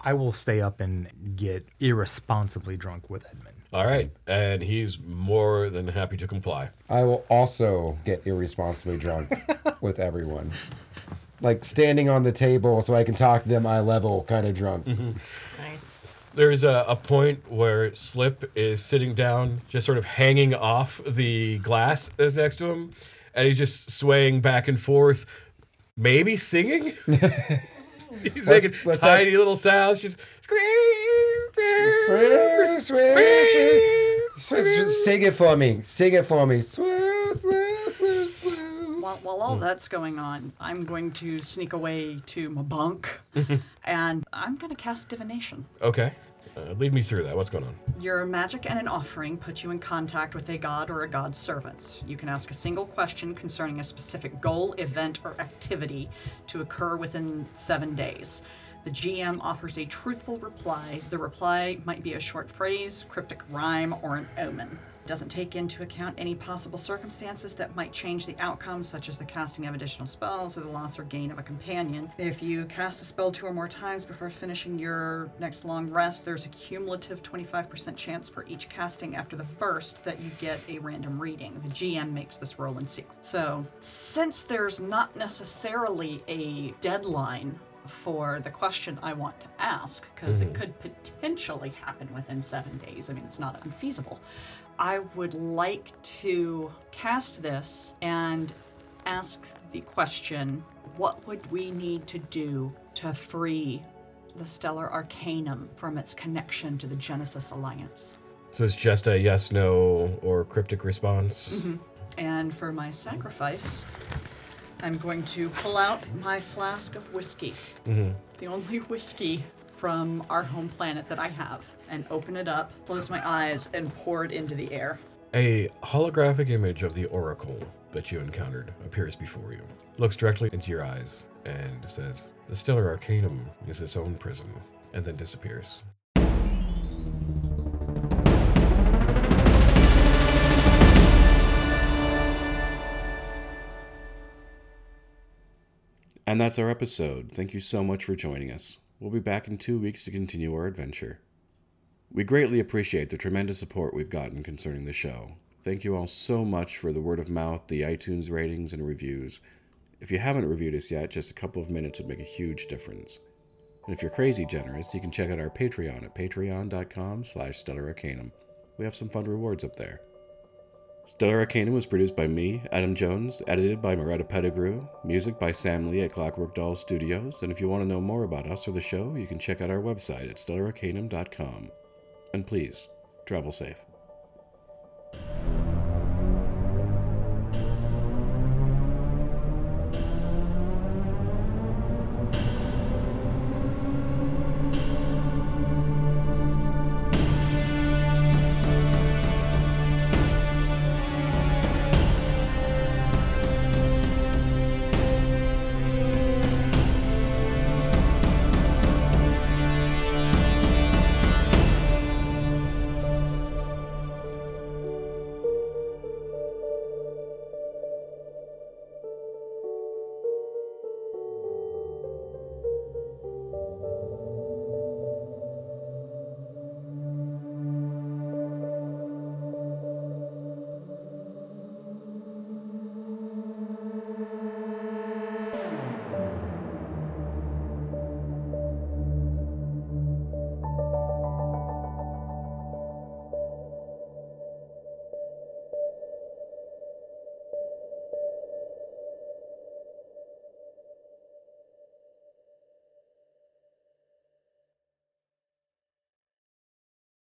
Speaker 6: I will stay up and get irresponsibly drunk with Edmund.
Speaker 4: All right, and he's more than happy to comply.
Speaker 2: I will also get irresponsibly drunk with everyone. Like standing on the table so I can talk to them eye level, kind of drunk.
Speaker 3: Nice.
Speaker 4: There's a, a point where Slip is sitting down, just sort of hanging off the glass that's next to him, and he's just swaying back and forth, maybe singing. he's making
Speaker 2: what's that?
Speaker 4: tiny little sounds, just
Speaker 2: Swear, swear, swear. Swear, swear. Sing it for me. Sing it for me. Swear, swear, swear, swear.
Speaker 5: While, while all that's going on, I'm going to sneak away to my bunk, and I'm going to cast divination.
Speaker 4: Okay, uh, lead me through that. What's going on?
Speaker 5: Your magic and an offering put you in contact with a god or a god's servant. You can ask a single question concerning a specific goal, event, or activity to occur within seven days. The GM offers a truthful reply. The reply might be a short phrase, cryptic rhyme, or an omen. Doesn't take into account any possible circumstances that might change the outcome, such as the casting of additional spells or the loss or gain of a companion. If you cast a spell two or more times before finishing your next long rest, there's a cumulative 25% chance for each casting after the first that you get a random reading. The GM makes this roll in secret. So, since there's not necessarily a deadline for the question I want to ask, because it could potentially happen within seven days. I mean, it's not unfeasible. I would like to cast this and ask the question what would we need to do to free the Stellar Arcanum from its connection to the Genesis Alliance?
Speaker 4: So it's just a yes, no, or cryptic response.
Speaker 2: Mm-hmm.
Speaker 5: And for my sacrifice, I'm going to pull out my flask of whiskey, the only whiskey from our home planet that I have, and open it up, close my eyes, and pour it into the air.
Speaker 4: A holographic image of the oracle that you encountered appears before you, looks directly into your eyes, and says, The Stellar Arcanum is its own prison, and then disappears.
Speaker 1: And that's our episode. Thank you so much for joining us. We'll be back in two weeks to continue our adventure. We greatly appreciate the tremendous support we've gotten concerning the show. Thank you all so much for the word of mouth, the iTunes ratings, and reviews. If you haven't reviewed us yet, just a couple of minutes would make a huge difference. And if you're crazy generous, you can check out our Patreon at patreon.com slash Stellar Arcanum. We have some fun rewards up there. Stellar Arcanum was produced by me, Adam Jones, edited by Moretta Pettigrew, music by Sam Lee at Clockwork Doll Studios, and if you want to know more about us or the show, you can check out our website at stellararcanum.com. And please, travel safe.